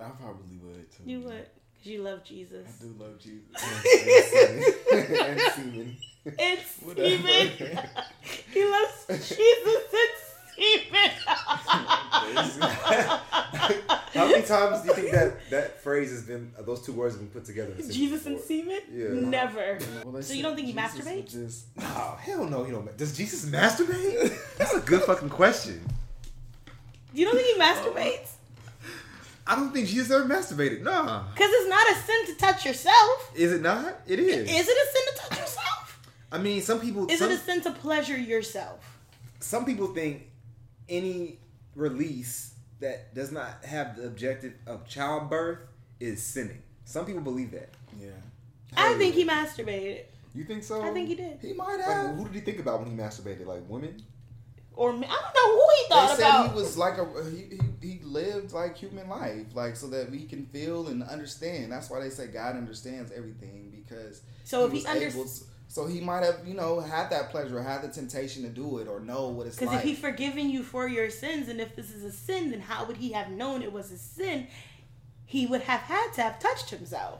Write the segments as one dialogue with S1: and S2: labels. S1: I probably would too.
S2: You would, cause you love Jesus.
S1: I do love Jesus. and semen.
S2: It's
S1: Whatever.
S2: Steven. he loves Jesus and Steven.
S3: How many times do you think that that phrase has been uh, those two words have been put together?
S2: Jesus and semen?
S3: Yeah.
S2: Never.
S1: Well, let's
S2: So you don't
S1: say
S2: think he
S1: Jesus
S2: masturbates?
S1: would Just,
S3: Oh hell no, he don't. ma- Does Jesus masturbate? That's a good fucking question.
S2: You don't think he masturbates?
S1: Um,
S3: I don't think Jesus ever masturbated. Nah,
S2: Cause it's not a sin to touch yourself.
S3: is it not? It is.
S2: Is it a sin to touch yourself?
S3: I mean, some people.
S2: Is
S3: some,
S2: it a sin to pleasure yourself?
S3: some people think any release that does not have the objective of childbirth is sinning. Some people believe that.
S1: yeah.
S2: I think he masturbated.
S1: You think so?
S2: I think he did.
S1: He might have. Like, who did he think about when he masturbated? Like women?
S2: Or me- I don't know who he
S1: Um, They
S2: thought
S1: said
S2: about.
S1: he was like a he, he, he lived like human life, like so that we can feel and understand. That's why they say God understands everything because
S2: so if
S1: was
S2: he under,
S1: able to- so he might have you know had that pleasure, had the temptation to do it, or know what it's
S2: because
S1: like.
S2: if he forgiven you for your sins, and if this is a sin, then how would he have known it was a sin? He would have had to have touched himself,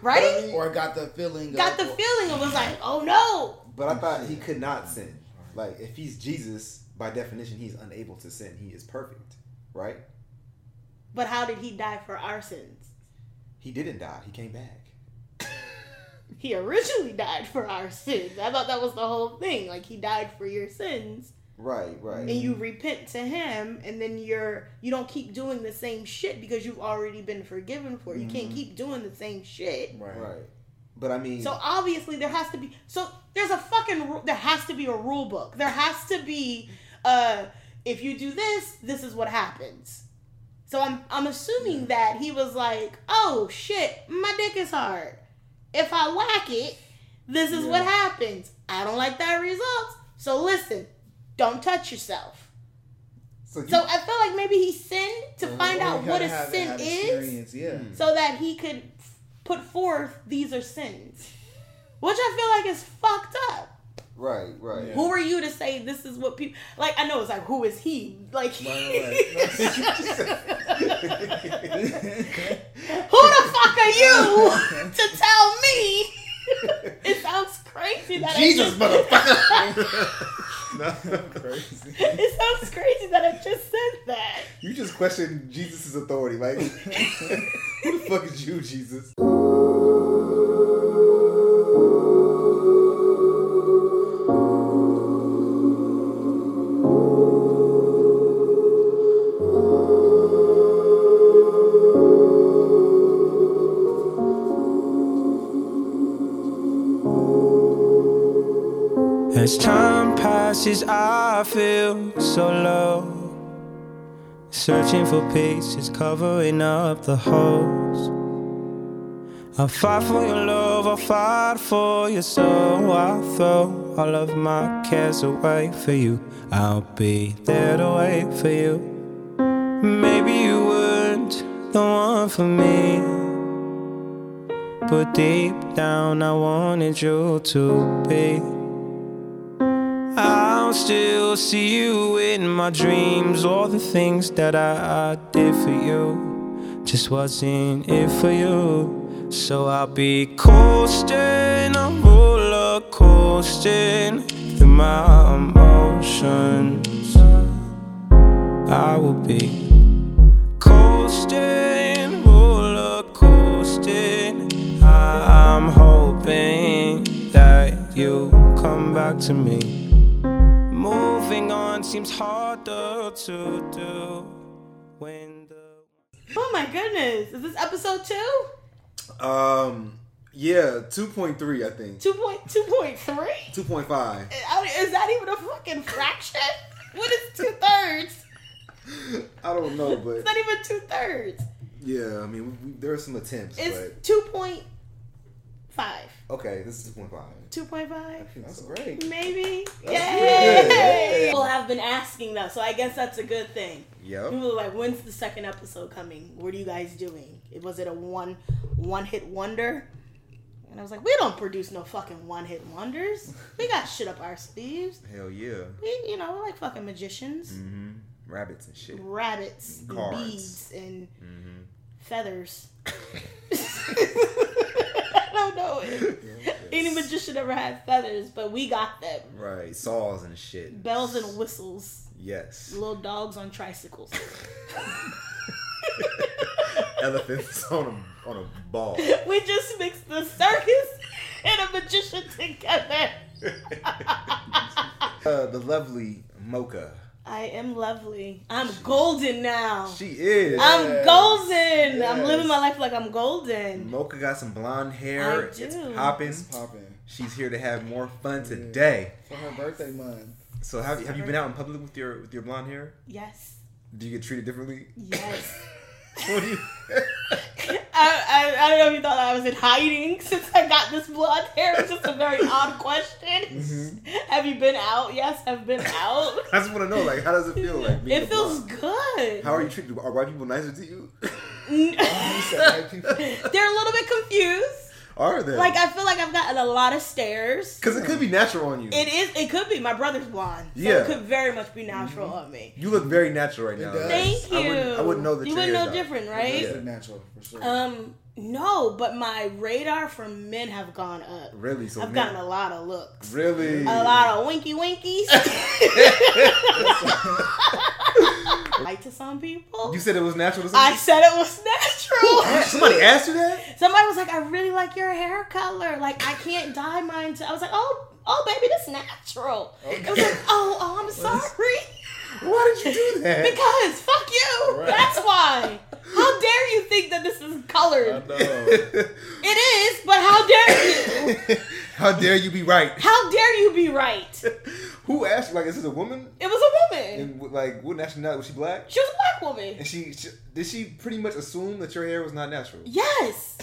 S2: right?
S1: or got the feeling.
S2: Got
S1: of,
S2: the feeling and was like, oh no.
S3: But I thought he could not sin. Like if he's Jesus, by definition, he's unable to sin. He is perfect, right?
S2: But how did he die for our sins?
S3: He didn't die. He came back.
S2: He originally died for our sins. I thought that was the whole thing. Like he died for your sins.
S1: Right, right.
S2: and you repent to him and then you're you don't keep doing the same shit because you've already been forgiven for it. you can't
S1: Mhm.
S2: keep doing the same shit
S1: right.
S3: Right. But I mean,
S2: so obviously there has to be so there's a fucking ru- there has to be a rule book there has to be uh if you do this this is what happens so i'm i'm assuming that he was like oh shit my dick is hard if i whack it this is
S1: Yeah.
S2: what happens i don't like that results so listen don't touch yourself
S3: so, you,
S2: so I feel like maybe he sinned to
S1: Or he
S2: find out
S1: had
S2: what
S1: to
S2: a
S1: have
S2: sin
S1: had
S2: is
S1: experience, Yeah.
S3: Mm.
S2: so that he could f- put forth these are sins. Which I feel like is fucked up.
S3: right, right.
S1: Yeah.
S2: Who are you to say this is what people like? I know it's like who is he? Like who the fuck are you to tell me? it sounds crazy that
S3: Jesus,
S2: I just,
S3: motherfucker.
S1: Crazy.
S2: It sounds crazy that I just said that.
S3: you just questioned Jesus' authority. Like, who the fuck is you, Jesus?
S4: As time passes, I feel so low. Searching for pieces, covering up the holes. I fight for your love, I fight for your soul. I throw all of my cares away for you. I'll be there to wait for you. Maybe you weren't the one for me. But deep down, I wanted you to be. I'll still see you in my dreams. All the things that I, I did for you just wasn't it for you. So I'll be coasting, a roller coasting through my emotions. I will be coasting, roller coasting. I, I'm hoping that you come back to me. Moving on seems harder to do when the
S2: Oh my goodness. Is this episode two?
S3: Um, yeah, 2.3, I think.
S2: Two point two point three?
S3: 2.5.
S2: I don't- Is that even a fucking fraction? What is two thirds?
S3: I don't know,
S2: It's
S3: but
S2: not even two thirds.
S3: yeah, I mean, we, we, there are some attempts, but
S2: It's two point five.
S3: okay, this is 2.5.
S2: Two point five.
S1: That's great.
S2: Maybe.
S3: pretty good.
S2: Yay! People have been asking though, so I guess that's a good thing.
S3: Yep.
S2: People are like, when's the second episode coming? What are you guys doing? It was it a one one hit wonder? And I was like, we don't produce no fucking one hit wonders. We got shit up our sleeves.
S3: Hell yeah.
S2: We you know, we're like fucking magicians.
S3: Mm-hmm. rabbits and shit.
S2: rabbits, and
S3: Cards.
S2: beads, and
S3: Mhm.
S2: feathers. I don't know if any magician ever had feathers, but we got them.
S3: Right, saws and shit.
S2: Bells and whistles,
S3: Yes.
S2: little dogs on tricycles.
S3: Elephants on a on a ball.
S2: we just mixed the circus and a magician together.
S3: Uh, the lovely Mocha.
S2: I am lovely. I'm golden now.
S3: She is.
S2: Oh. I'm golden. I'm
S1: Yes.
S2: living my life like I'm golden.
S3: Mocha got some blonde hair.
S2: I
S3: It's
S2: do.
S3: popping.
S1: It's popping
S3: She's here to have more fun today.
S1: for her birthday month.
S3: So have, have you been out in public with your with your blonde hair?
S2: Yes.
S3: Do you get treated differently?
S2: Yes.
S3: What do you-
S2: I, I, I don't know if you thought I was in hiding since I got this blonde hair. It's just a very odd question.
S3: Mm-hmm.
S2: Have you been out? Yes, I've been out.
S3: I just want to know, like, how does it feel? Like being a
S2: Oh. it feels
S3: blonde?
S2: good.
S3: How are you treated? Are white people nicer to you?
S1: You said white people.
S2: They're a little bit confused.
S3: are they?
S2: Like I feel like I've gotten a lot of stares.
S3: because it could be natural on you.
S2: It is. It could be my brother's blonde. So
S3: Yeah.
S2: It could very much be natural on me.
S3: You look very natural right
S1: It
S3: now.
S1: does.
S2: Thank you.
S3: I wouldn't, I wouldn't know that
S2: you
S3: your
S2: wouldn't
S3: hair's
S2: know
S3: out.
S2: different,
S1: It
S2: right?
S1: does look natural for sure.
S2: Um, no, but my radar for men have gone up.
S3: Really? So
S2: I've
S3: now-
S2: gotten a lot of looks.
S3: really
S2: A lot of winky winkies. like to some people.
S3: You said it was natural. To
S2: I
S3: somebody?
S2: said it was natural.
S3: somebody asked you that.
S2: Somebody was like, I really like your hair color. Like, I can't dye mine. To-. I was like, oh, oh, baby, that's natural. It was like, oh, oh, I'm sorry.
S3: Why did you do that?
S2: Because fuck you.
S1: Right.
S2: That's why. How dare you think that this is colored?
S3: Oh.
S1: no.
S2: It is, but how dare you?
S3: How dare you be right?
S2: How dare you be right?
S3: Who asked? you? Like, is this a woman?
S2: It was a woman.
S3: And like, what nationality was she? Black?
S2: She was a black woman.
S3: And she, she did she pretty much assume that your hair was not natural?
S2: Yes,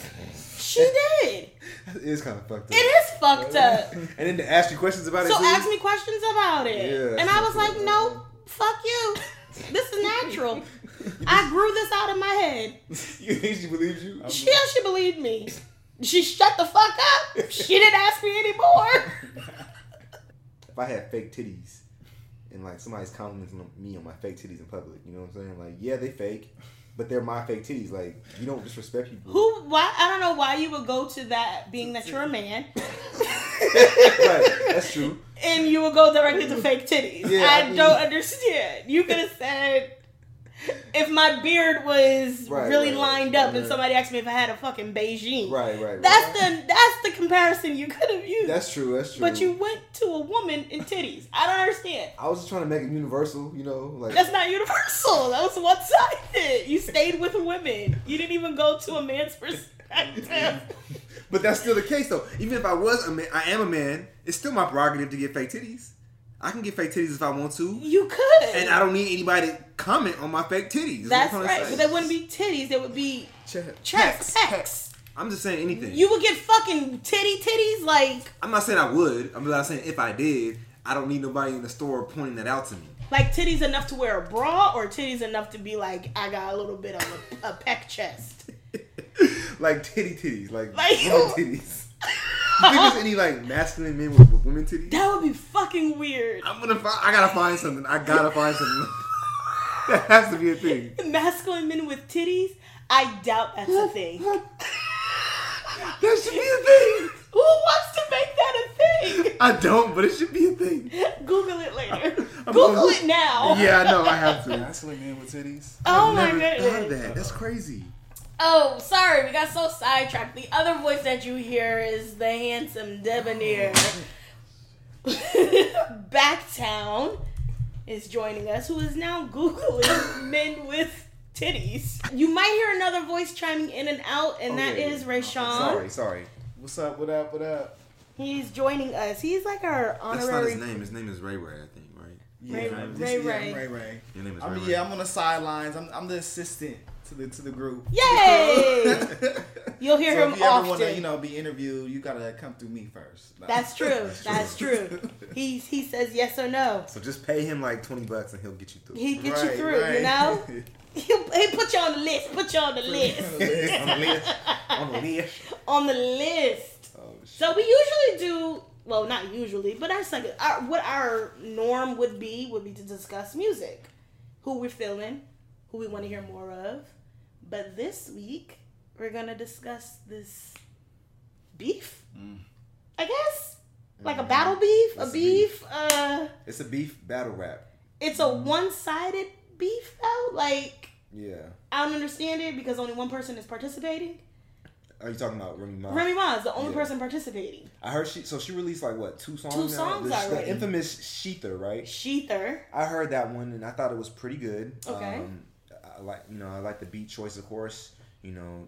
S2: she did.
S3: It is kind of fucked up.
S2: It is fucked up.
S3: And then to ask you questions about
S2: So
S3: it. too?
S2: ask me questions about it,
S3: Yeah,
S2: and I was
S3: that's
S2: like, no, fuck you. This is natural. I grew this out of my head.
S3: you think she believes you?
S2: She, she believed me. She shut the fuck up. She didn't ask me anymore.
S3: if I had fake titties and like somebody's complimenting on- me on my fake titties in public, you know what I'm saying? Like, yeah, they fake, but they're my fake titties. Like, you don't disrespect people.
S2: Who? Why? I don't know why you would go to that, being that you're a man,
S3: right, that's true.
S2: and you would go directly to fake titties.
S3: Yeah,
S2: I,
S3: I mean-
S2: don't understand. You could have said. If my beard was
S3: Right,
S2: really
S3: right,
S2: lined
S3: right,
S2: up and
S3: right.
S2: somebody asked me if I had a fucking Beijing,
S3: Right, right. right.
S2: That's the that's the comparison you could have used.
S3: That's true. That's true.
S2: but you went to a woman in titties. I don't understand.
S3: I was just trying to make it universal, you know, like
S2: That's not universal. That was one sided. You stayed with women. You didn't even go to a man's perspective.
S3: But that's still the case though. Even if I was a man, I am a man. It's still my prerogative to get fake titties. I can get fake titties if I want to,
S2: You could.
S3: and I don't need anybody to comment on my fake titties. Is what I'm
S2: That's
S3: trying to
S2: right.
S3: say.
S2: But they wouldn't be titties. They would be
S1: Check.
S2: chest pecs.
S3: I'm just saying anything.
S2: You would get fucking titty titties like
S3: I'm not saying I would. I'm not saying if I did. I don't need nobody in the store pointing that out to me.
S2: like titties enough to wear a bra or titties enough to be like I got a little bit of a, a pec chest.
S3: like titty titties, like,
S2: Like-
S3: women titties. you think there's any like masculine men with, with women titties?
S2: That would be fucking weird.
S3: I'm gonna find. I gotta find something. I gotta find something. that has to be a thing.
S2: masculine men with titties, I doubt that's a thing. Who
S3: That should be a thing.
S2: wants to make that a thing?
S3: I don't, but it should be a thing.
S2: Google it later.
S3: I'm
S2: Google
S3: gonna-
S2: it now.
S3: Yeah, I know. I have to.
S1: Wrestling in with titties.
S2: Oh
S3: I've
S2: my
S3: never thought of
S2: goodness.
S3: that. That's crazy.
S2: Oh, sorry, we got so sidetracked. The other voice that you hear is the handsome debonair. Backtown is joining us, who is now Googling men with titties. You might hear another voice chiming in and out, and that
S3: Okay.
S2: is Rayshawn.
S3: Sorry, sorry.
S1: What's up? What up? What up?
S2: He's joining us. He's like our
S3: That's not
S2: honorary.
S3: his name. His name is Ray Ray, I think. Right?
S2: Ray-
S1: I'm
S2: Ray
S1: yeah, I'm
S2: Ray.
S1: Ray Ray.
S3: Your name is
S1: I
S3: Ray
S1: mean,
S3: Ray.
S1: yeah, I'm on the sidelines. I'm, I'm the assistant to the to the group.
S2: Yay! You'll hear
S1: so
S2: him
S1: if you ever
S2: often.
S1: want to, you know, be interviewed, you gotta come through me first. No.
S2: That's true. That's true. He he says yes or no.
S3: So just pay him like twenty bucks and he'll get you through.
S2: He get you
S1: Right,
S2: through. You
S1: right.
S2: know. He'll, he put you on the list. Put you on the list.
S3: on the list. On the list.
S2: on the list.
S3: Oh, shit.
S2: So we usually do. Well, not usually, but our second, our, what our norm would be would be to discuss music, who we're feeling, who we want to hear more of. But this week, we're going to discuss this beef,
S1: Mm.
S2: I guess. Like a
S3: Mhm.
S2: battle beef, a
S3: It's a
S2: beef. Uh,
S3: It's a beef battle rap.
S2: it's a
S3: Mm.
S2: one sided beef, though. Like,
S3: Yeah.
S2: I don't understand it because only one person is participating.
S3: Are you talking about Remy Ma?
S2: Remy Ma is the only
S3: Uh, Yeah.
S2: person participating.
S3: I heard she. So she released like what two songs?
S2: Two
S3: now?
S2: songs
S3: This- The
S2: already.
S3: infamous Sheether, right?
S2: Sheether.
S3: I heard that one and I thought it was pretty good.
S2: Okay.
S3: Um, I like you know I like the beat choice of course. You know,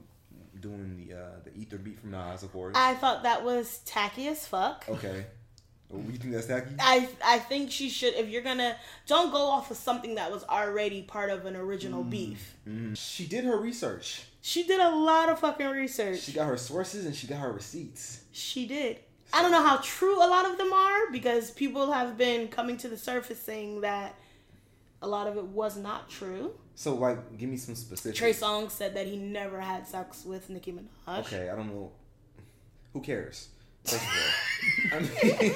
S3: doing the uh, the ether beat from Nas of course.
S2: I thought that was tacky as fuck.
S3: okay. Well, you think that's tacky?
S2: I I think she should. If you're gonna, don't go off of something that was already part of an original beef.
S3: Mhm. She did her research.
S2: She did a lot of fucking research.
S3: She
S2: She,
S3: got her sources and she got her receipts.
S2: did. I don't know how true a lot of them are because people have been coming to the surface saying that a lot of it was not true.
S3: So like, give me some specifics.
S2: Trey Songz said that he never had sex with Nicki Minaj.
S3: Okay, I don't know. Who cares? First of all, I mean,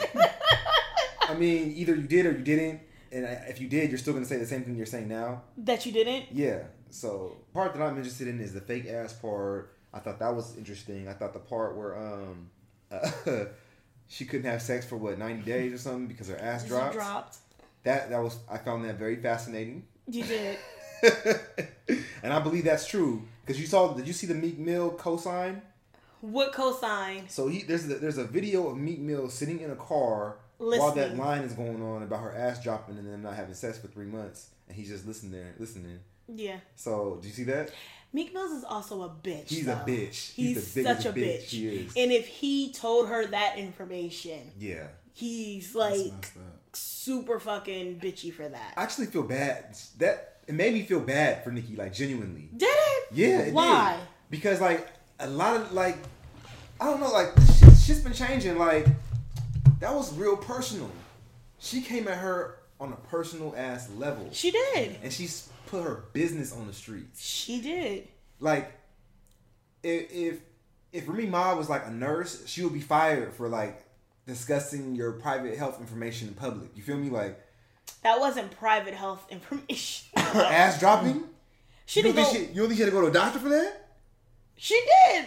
S3: I mean, either you did or you didn't, and I- if you did, you're still gonna say the same thing you're saying now.
S2: That you didn't.
S3: Yeah. So part that I'm interested in is the fake ass part. I thought that was interesting. I thought the part where um, uh, she couldn't have sex for what 90 days or something because her ass
S2: You
S3: dropped.
S2: dropped.
S3: That that was I found that very fascinating.
S2: You did.
S3: and I believe that's true because you saw did you see the Meek Mill cosign?
S2: What cosign?
S3: So he there's a, there's a video of Meek Mill sitting in a car while that
S2: Listening.
S3: line is going on about her ass dropping and them not having sex for three months, and he's just listening there listening.
S2: Yeah.
S3: So do you see that?
S2: Meek Mills is also a bitch.
S3: He's
S2: though.
S3: a bitch.
S2: He's,
S3: the biggest
S2: such a bitch.
S3: He is.
S2: And if he told her that information,
S3: yeah.
S2: he's
S1: That's
S2: like
S1: messed up.
S2: super fucking bitchy for that.
S3: I actually feel bad. That it made me feel bad for Nikki, like genuinely.
S2: Did it?
S3: Yeah. It
S2: Why?
S3: Did. Because like a lot of like, I don't know, like shit, shit's been changing. Like that was real personal. She came at her on a personal ass level.
S2: She did.
S3: and she's put her business on the streets.
S2: She did.
S3: Like, if if, if Remy Ma was like a nurse, she would be fired for like discussing your private health information in public. You feel me? Like
S2: That wasn't private health information.
S3: her ass dropping.
S2: she
S3: You
S2: didn't
S3: don't think
S2: go.
S3: she,
S2: She,
S3: you don't think she had to go to a doctor for that?
S2: did.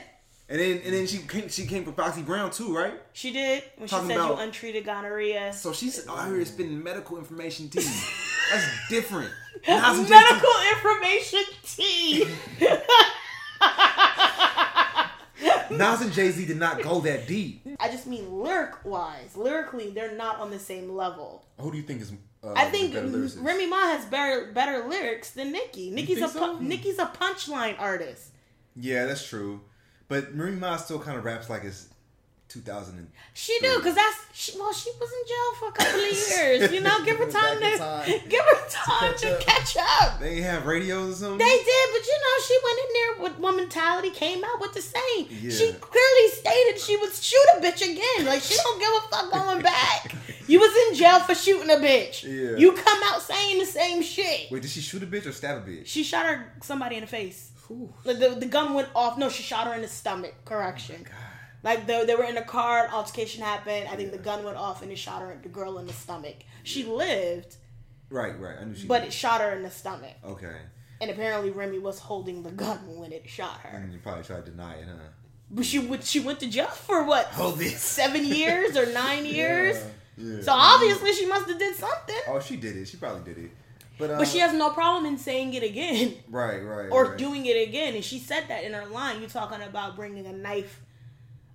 S3: And then and then she came, she came for Foxy Brown too, right?
S2: She did when she
S3: Talking
S2: said you
S3: about-
S2: untreated gonorrhea.
S3: So "Oh, she's out here spitting medical information tea. That's different. Now she just-
S2: Medical information tea.
S3: Nas and Jay Z did not go that deep.
S2: I just mean lyric wise. Lyrically, they're not on the same level.
S1: Who do you think is? Uh,
S2: I think
S1: the better lyricist?
S2: Remy Ma has better better lyrics than Nicki. Nicki's a
S3: think
S2: pu-
S3: so?
S2: Nicki's a punchline artist.
S3: Yeah, that's true. But Marie Ma still kind of raps like it's 2000. And-
S2: She do because that's she, well, she was in jail for a couple of years. You know, give her
S1: Back
S2: time
S1: in
S2: to
S1: time
S2: give her time to
S1: catch
S2: catch,
S1: up.
S2: up.
S3: they have radios or something.
S2: They did, but you know, she went in there with one mentality, came out with the same. She
S3: Yeah.
S2: clearly stated she would shoot a bitch again. Like she don't give a fuck going back. You was in jail for shooting a bitch.
S3: Yeah.
S2: You come out saying the same shit.
S3: Wait, did she shoot a bitch or stab a bitch?
S2: She shot her somebody in the face.
S3: Ooh.
S2: Like the, the gun went off. No, she shot her in the stomach.
S3: Oh
S2: Correction. like they, they were in a car, an altercation happened. I think the gun went off and it shot her the girl in the stomach. She lived,
S3: Right, right. I knew she.
S2: but
S3: did.
S2: it shot her in the stomach.
S3: okay,
S2: And apparently Remy was holding the gun when it shot her.
S3: and you probably tried to deny it, huh?
S2: But she went she went to jail for what?
S3: Hold this.
S2: Seven years or nine years?
S3: Yeah.
S2: So obviously she must have did something.
S3: oh, she did it. She probably did it. But, um,
S2: But she has no problem in saying it again
S3: right, right,
S2: or
S3: right.
S2: doing it again. And she said that in her line. You talking about bringing a knife,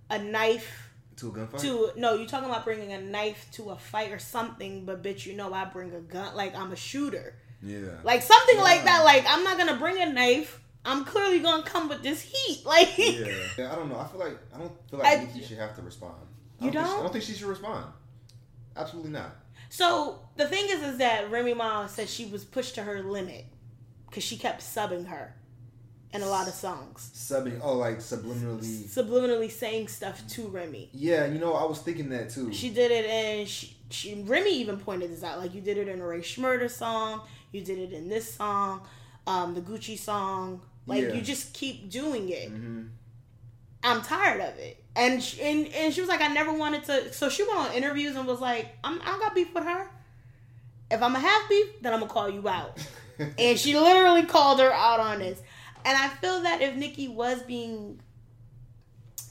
S2: a knife
S3: to a gunfight.
S2: to no you talking about bringing a knife to a fight or something but bitch you know i bring a gun like i'm a shooter
S3: yeah,
S2: like something like that like i'm not gonna bring a knife i'm clearly gonna come with this heat like
S3: yeah. yeah. I don't know. I feel like I don't feel like
S2: I-
S3: Nikki should have to respond. I
S2: You
S3: think she-
S2: don't?
S3: I don't think she should respond. Absolutely not.
S2: so the thing is is that remy ma said she was pushed to her limit because she kept subbing her in a lot of songs
S3: Subbing. Oh, like subliminally.
S2: subliminally saying stuff to remy
S3: Yeah, you know, I was thinking that too.
S2: she did it and she, she Remy even pointed this out. Like you did it in a Ray Schmurder song, you did it in this song, um, the Gucci song. Like
S3: Yeah.
S2: you just keep doing it.
S3: Mhm.
S2: I'm tired of it. And she, and and she was like, I never wanted to. So she went on interviews and was like, I'm I got beef with her. If I'm gonna have beef, then I'm gonna call you out. and she literally called her out on this. And I feel that if Nikki was being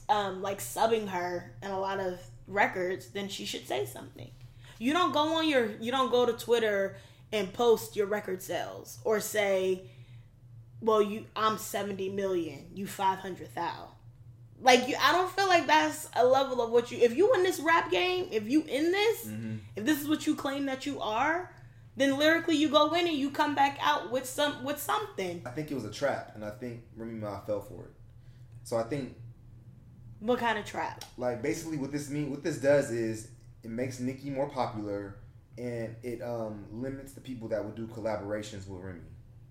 S2: um like subbing her in a lot of records, then she should say something. You don't go on your you don't go to Twitter and post your record sales or say, Well, you I'm seventy million, you five hundred thou. Like you I don't feel like that's a level of what you if you in this rap game, if you in this,
S3: Mm-hmm.
S2: if this is what you claim that you are, then lyrically you go in and you come back out with some with something.
S3: I think it was a trap, and I think Remy Ma fell for it. So I think
S2: What kind of trap?
S3: like basically what this mean what this does is it makes Nicki more popular and it um limits the people that would do collaborations with Remy.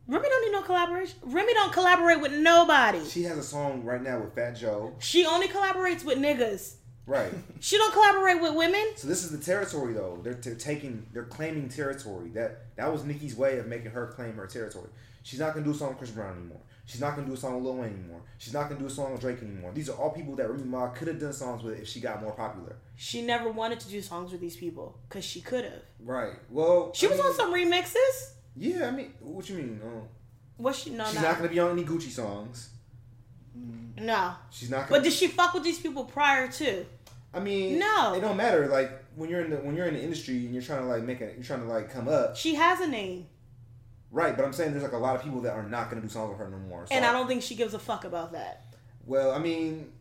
S2: Remy don't need no collaboration. Remy don't collaborate with nobody.
S3: She has a song right now with Fat Joe.
S2: She only collaborates with niggas.
S3: Right.
S2: She don't collaborate with women.
S3: so this is the territory though. They're, they're taking they're claiming territory. That that was Nicki's way of making her claim her territory. She's not gonna do a song with Chris Brown anymore. She's not gonna do a song with Lil Wayne anymore. She's not gonna do a song with Drake anymore. These are all people that Remy Ma could have done songs with if she got more popular.
S2: She never wanted to do songs with these people because she could have.
S3: Right. Well,
S2: She
S3: I
S2: was
S3: mean,
S2: on some remixes.
S3: Yeah, I mean, what you mean? Um,
S2: Was she? No,
S3: she's
S2: no,
S3: not gonna be on any Gucci songs.
S2: no.
S3: She's not. Gonna,
S2: But did she fuck with these people prior to?
S3: I mean,
S2: No.
S3: it don't matter. Like when you're in the when you're in the industry and you're trying to like make a you're trying to like come up,
S2: She has a name,
S3: right? But I'm saying there's like a lot of people that are not gonna do songs with her no more. So,
S2: and I don't think she gives a fuck about that.
S3: Well, I mean,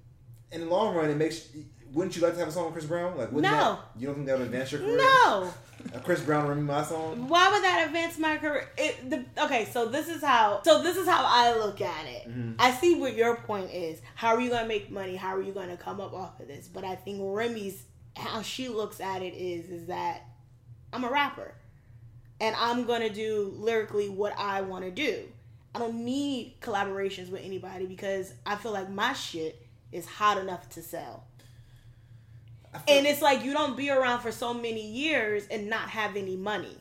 S3: in the long run, it makes. Wouldn't you like to have a song with Chris Brown? Like, wouldn't
S2: No.
S3: that- you don't think that would advance your career?
S2: No.
S3: A Chris Brown Remy Ma song.
S2: Why would that advance my career? It, the, okay, so this is how. So this is how I look at it. I see what your point is. How are you gonna make money? How are you gonna come up off of this? But I think Remy's how she looks at it is is that I'm a rapper, and I'm gonna do lyrically what I want to do. I don't need collaborations with anybody because I feel like my shit is hot enough to sell. And it's like you don't be around for so many years and not have any money.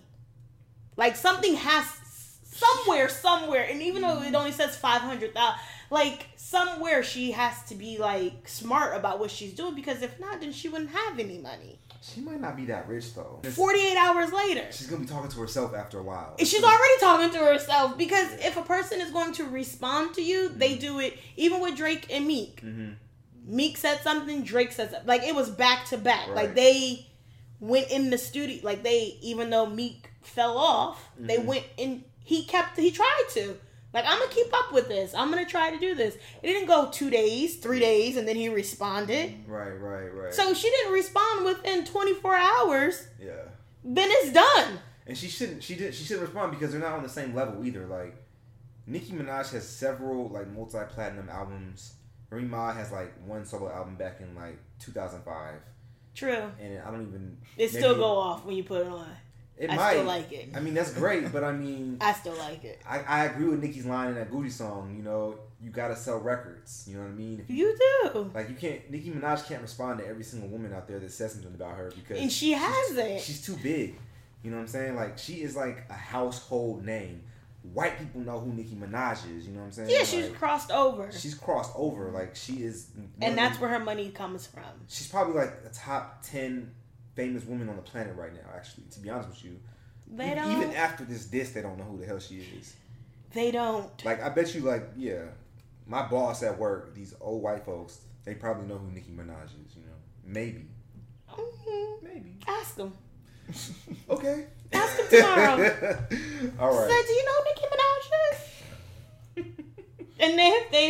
S2: Like something has somewhere, somewhere, and even though it only says five hundred thousand, like somewhere she has to be like smart about what she's doing because if not, then she wouldn't have any money.
S3: She might not be that rich though.
S2: Forty eight hours later.
S3: She's gonna be talking to herself after a while.
S2: And She's already talking to herself because if a person is going to respond to you, they do it. Even with Drake and Meek,
S3: Mm-hmm.
S2: Meek said something, Drake said something. Like it was back to back. Like
S3: Right.
S2: they went in the studio. Like they, even though Meek fell off, they
S3: Mm-hmm.
S2: went in. He kept. He tried to. Like I'm gonna keep up with this. I'm gonna try to do this. It didn't go two days, three days, and then he responded.
S3: Right, right, right.
S2: So she didn't respond within 24 hours.
S3: yeah.
S2: Then it's done.
S3: and she shouldn't she did she shouldn't respond because they're not on the same level either. Like Nicki Minaj has several like multi platinum albums. Remy Ma has like one solo album back in like 2005,
S2: True.
S3: and I don't even
S2: It
S3: maybe
S2: still go off when you put it on.
S3: It
S2: I
S3: might.
S2: still like it.
S3: I mean that's great, but I mean
S2: I still like it.
S3: I, I agree with Nicki's line in that Gucci song. You know you gotta sell records. You know what I mean? If you-
S2: You do.
S3: like you can't Nicki Minaj can't respond to every single woman out there that says something about her because
S2: And she has it.
S3: she's too big. You know what I'm saying? Like she is like a household name. White people know who Nicki Minaj is. You know what I'm saying?
S2: Yeah, she's
S3: Like,
S2: crossed over.
S3: she's crossed over. Like she is, one of
S2: And that's
S3: the-
S2: where her money comes from.
S3: she's probably like a top ten famous woman on the planet right now. Actually, to be honest with you,
S2: They
S3: E-
S2: don't.
S3: even after this diss, they don't know who the hell she is.
S2: They don't.
S3: Like I bet you, like yeah, my boss at work, these old white folks, they probably know who Nicki Minaj is. You know, maybe,
S2: Mhm.
S3: maybe.
S2: Ask them.
S3: Okay.
S2: Ask them tomorrow.
S3: All right.
S2: Say, do you know who Nicki Minaj is? and then if they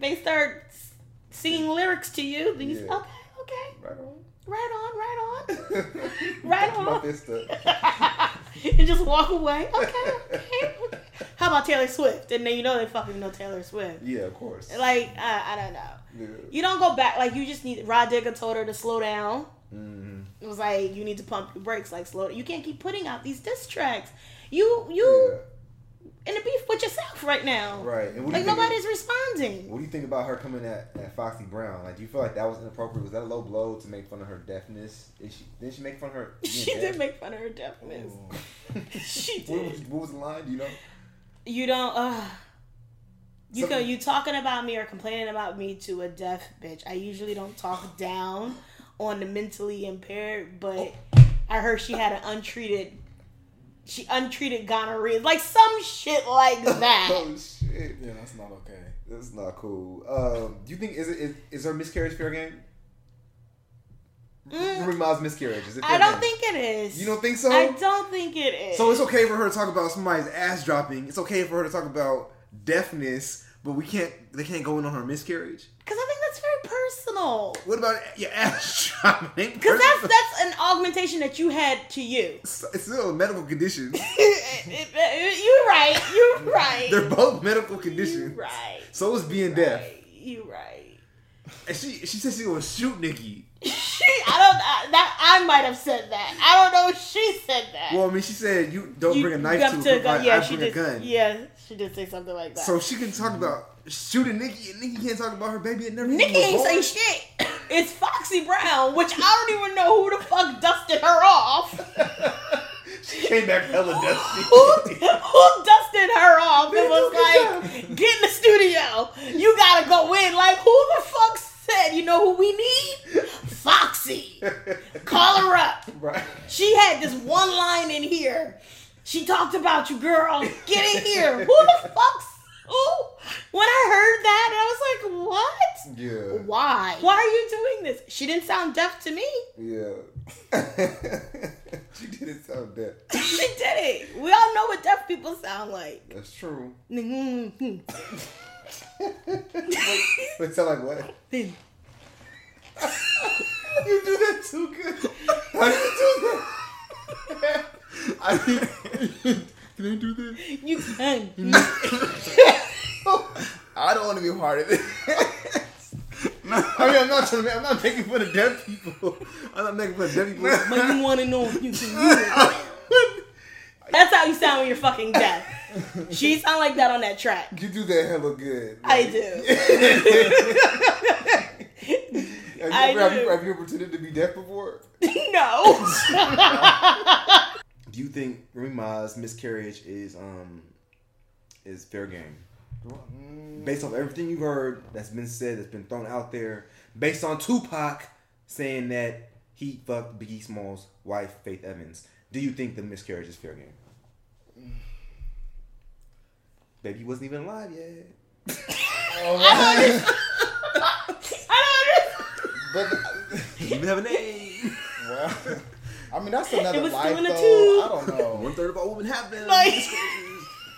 S2: they start s- singing lyrics to you, then you say,
S3: Yeah.
S2: okay, okay,
S3: Right on.
S2: right on, right Right
S3: right
S2: on.
S3: My fist up.
S2: on, and just walk away. Okay, okay, okay. How about Taylor Swift? And then you know they fucking know Taylor Swift.
S3: Yeah, of course.
S2: Like I, I don't know.
S3: yeah.
S2: You don't go back. Like you just need. Rod Digger told her to slow down.
S3: Mhm.
S2: It was like you need to pump your brakes. Like slow. You can't keep putting out these diss tracks. You you in a beef with yourself right now.
S3: Yeah, right. And what do,
S2: Like
S3: you think,
S2: nobody's responding.
S3: what do you think about her coming at, at Foxy Brown? Like, do you feel like that was inappropriate? Was that a low blow to make fun of her deafness? Is she, didn't she make fun of her? being
S2: She
S3: deaf?
S2: did make fun of her deafness. She
S3: what, was,
S2: did.
S3: what was the line? Do you know?
S2: You don't. Uh, you go.
S3: Something-
S2: You talking about me or complaining about me to a deaf bitch? I usually don't talk down on the mentally impaired, but I heard she had an untreated she untreated gonorrhea, like some shit like that.
S1: oh shit.
S5: Yeah, that's not okay.
S3: That's not cool. Um, do you think is it is, is her miscarriage fair game?
S2: Mm,
S3: Remy Ma's miscarriage is it? Fair
S2: I don't
S3: game?
S2: think it is.
S3: you don't think so.
S2: I don't think it is.
S3: So it's okay for her to talk about somebody's ass dropping. It's okay for her to talk about deafness, but we can't. They can't go in on her miscarriage.
S2: because I think that's very personal.
S3: What about your ass dropping?
S2: Because that's that's an augmentation that you had to you.
S3: it's still a medical condition.
S2: you're right. You're right.
S3: They're both medical
S2: you
S3: conditions.
S2: right.
S3: So is being deaf.
S2: You right.
S3: And she she said she was shoot Nikki.
S2: She, I don't. I, that I might have said that. I don't know if she said that.
S3: Well, I mean, she said you don't
S2: You-
S3: bring a
S2: you
S3: knife
S2: have
S3: to, a
S2: a
S3: good fight,
S2: Yeah,
S3: I
S2: she
S3: bring
S2: did.
S3: a gun.
S2: Yeah, she did say something like that.
S3: So she can talk about shooting Nikki, and Nikki can't talk about her baby and never.
S2: Nikki
S3: even
S2: ain't
S3: born.
S2: say shit. It's Foxy Brown, which I don't even know who the fuck dusted her off.
S3: She came back hella
S2: Who,
S3: dusty.
S2: who dusted her off and
S3: Man,
S2: was
S3: do
S2: like, get in the studio. You gotta go in. Like, who the fuck said, you know who we need? Foxy. Call her up.
S3: right.
S2: She had this one line in here. She talked about you, girl. Get in here. Who the fuck's who? When I heard that, I was like, what?
S3: Yeah.
S2: Why? Why are you doing this? She didn't sound deaf to me.
S3: Yeah. she didn't sound deaf.
S2: she did it. We all know what deaf people sound like.
S3: That's true.
S2: Mhm.
S3: But it sound like what? You do that too good. How do you do that? I mean, can I do this?
S2: you can.
S3: I don't want to be a part of it. I mean, I'm not. trying to- I'm not making fun of deaf people. I'm not making fun of deaf people.
S2: But you want to know if you can do it. That's how you sound when you're fucking deaf. She sound like that on that track.
S3: you do that hella good.
S2: I do.
S3: Have you,
S2: I
S3: ever, have,
S2: do.
S3: you, have you ever pretended to be deaf before?
S2: no.
S3: Do you think Remy Ma's miscarriage is um is fair game? Based off everything you've heard that's been said, that's been thrown out there, based on Tupac saying that he fucked Biggie Smalls' wife, Faith Evans, do you think the miscarriage is fair game? Baby wasn't even alive yet.
S2: I don't understand.
S1: But
S3: Didn't even have a name.
S1: well, I mean that's another
S2: It was still
S1: life
S2: in the
S1: though. I
S2: tube.
S1: don't know.
S3: One third of all women have them.
S2: Like-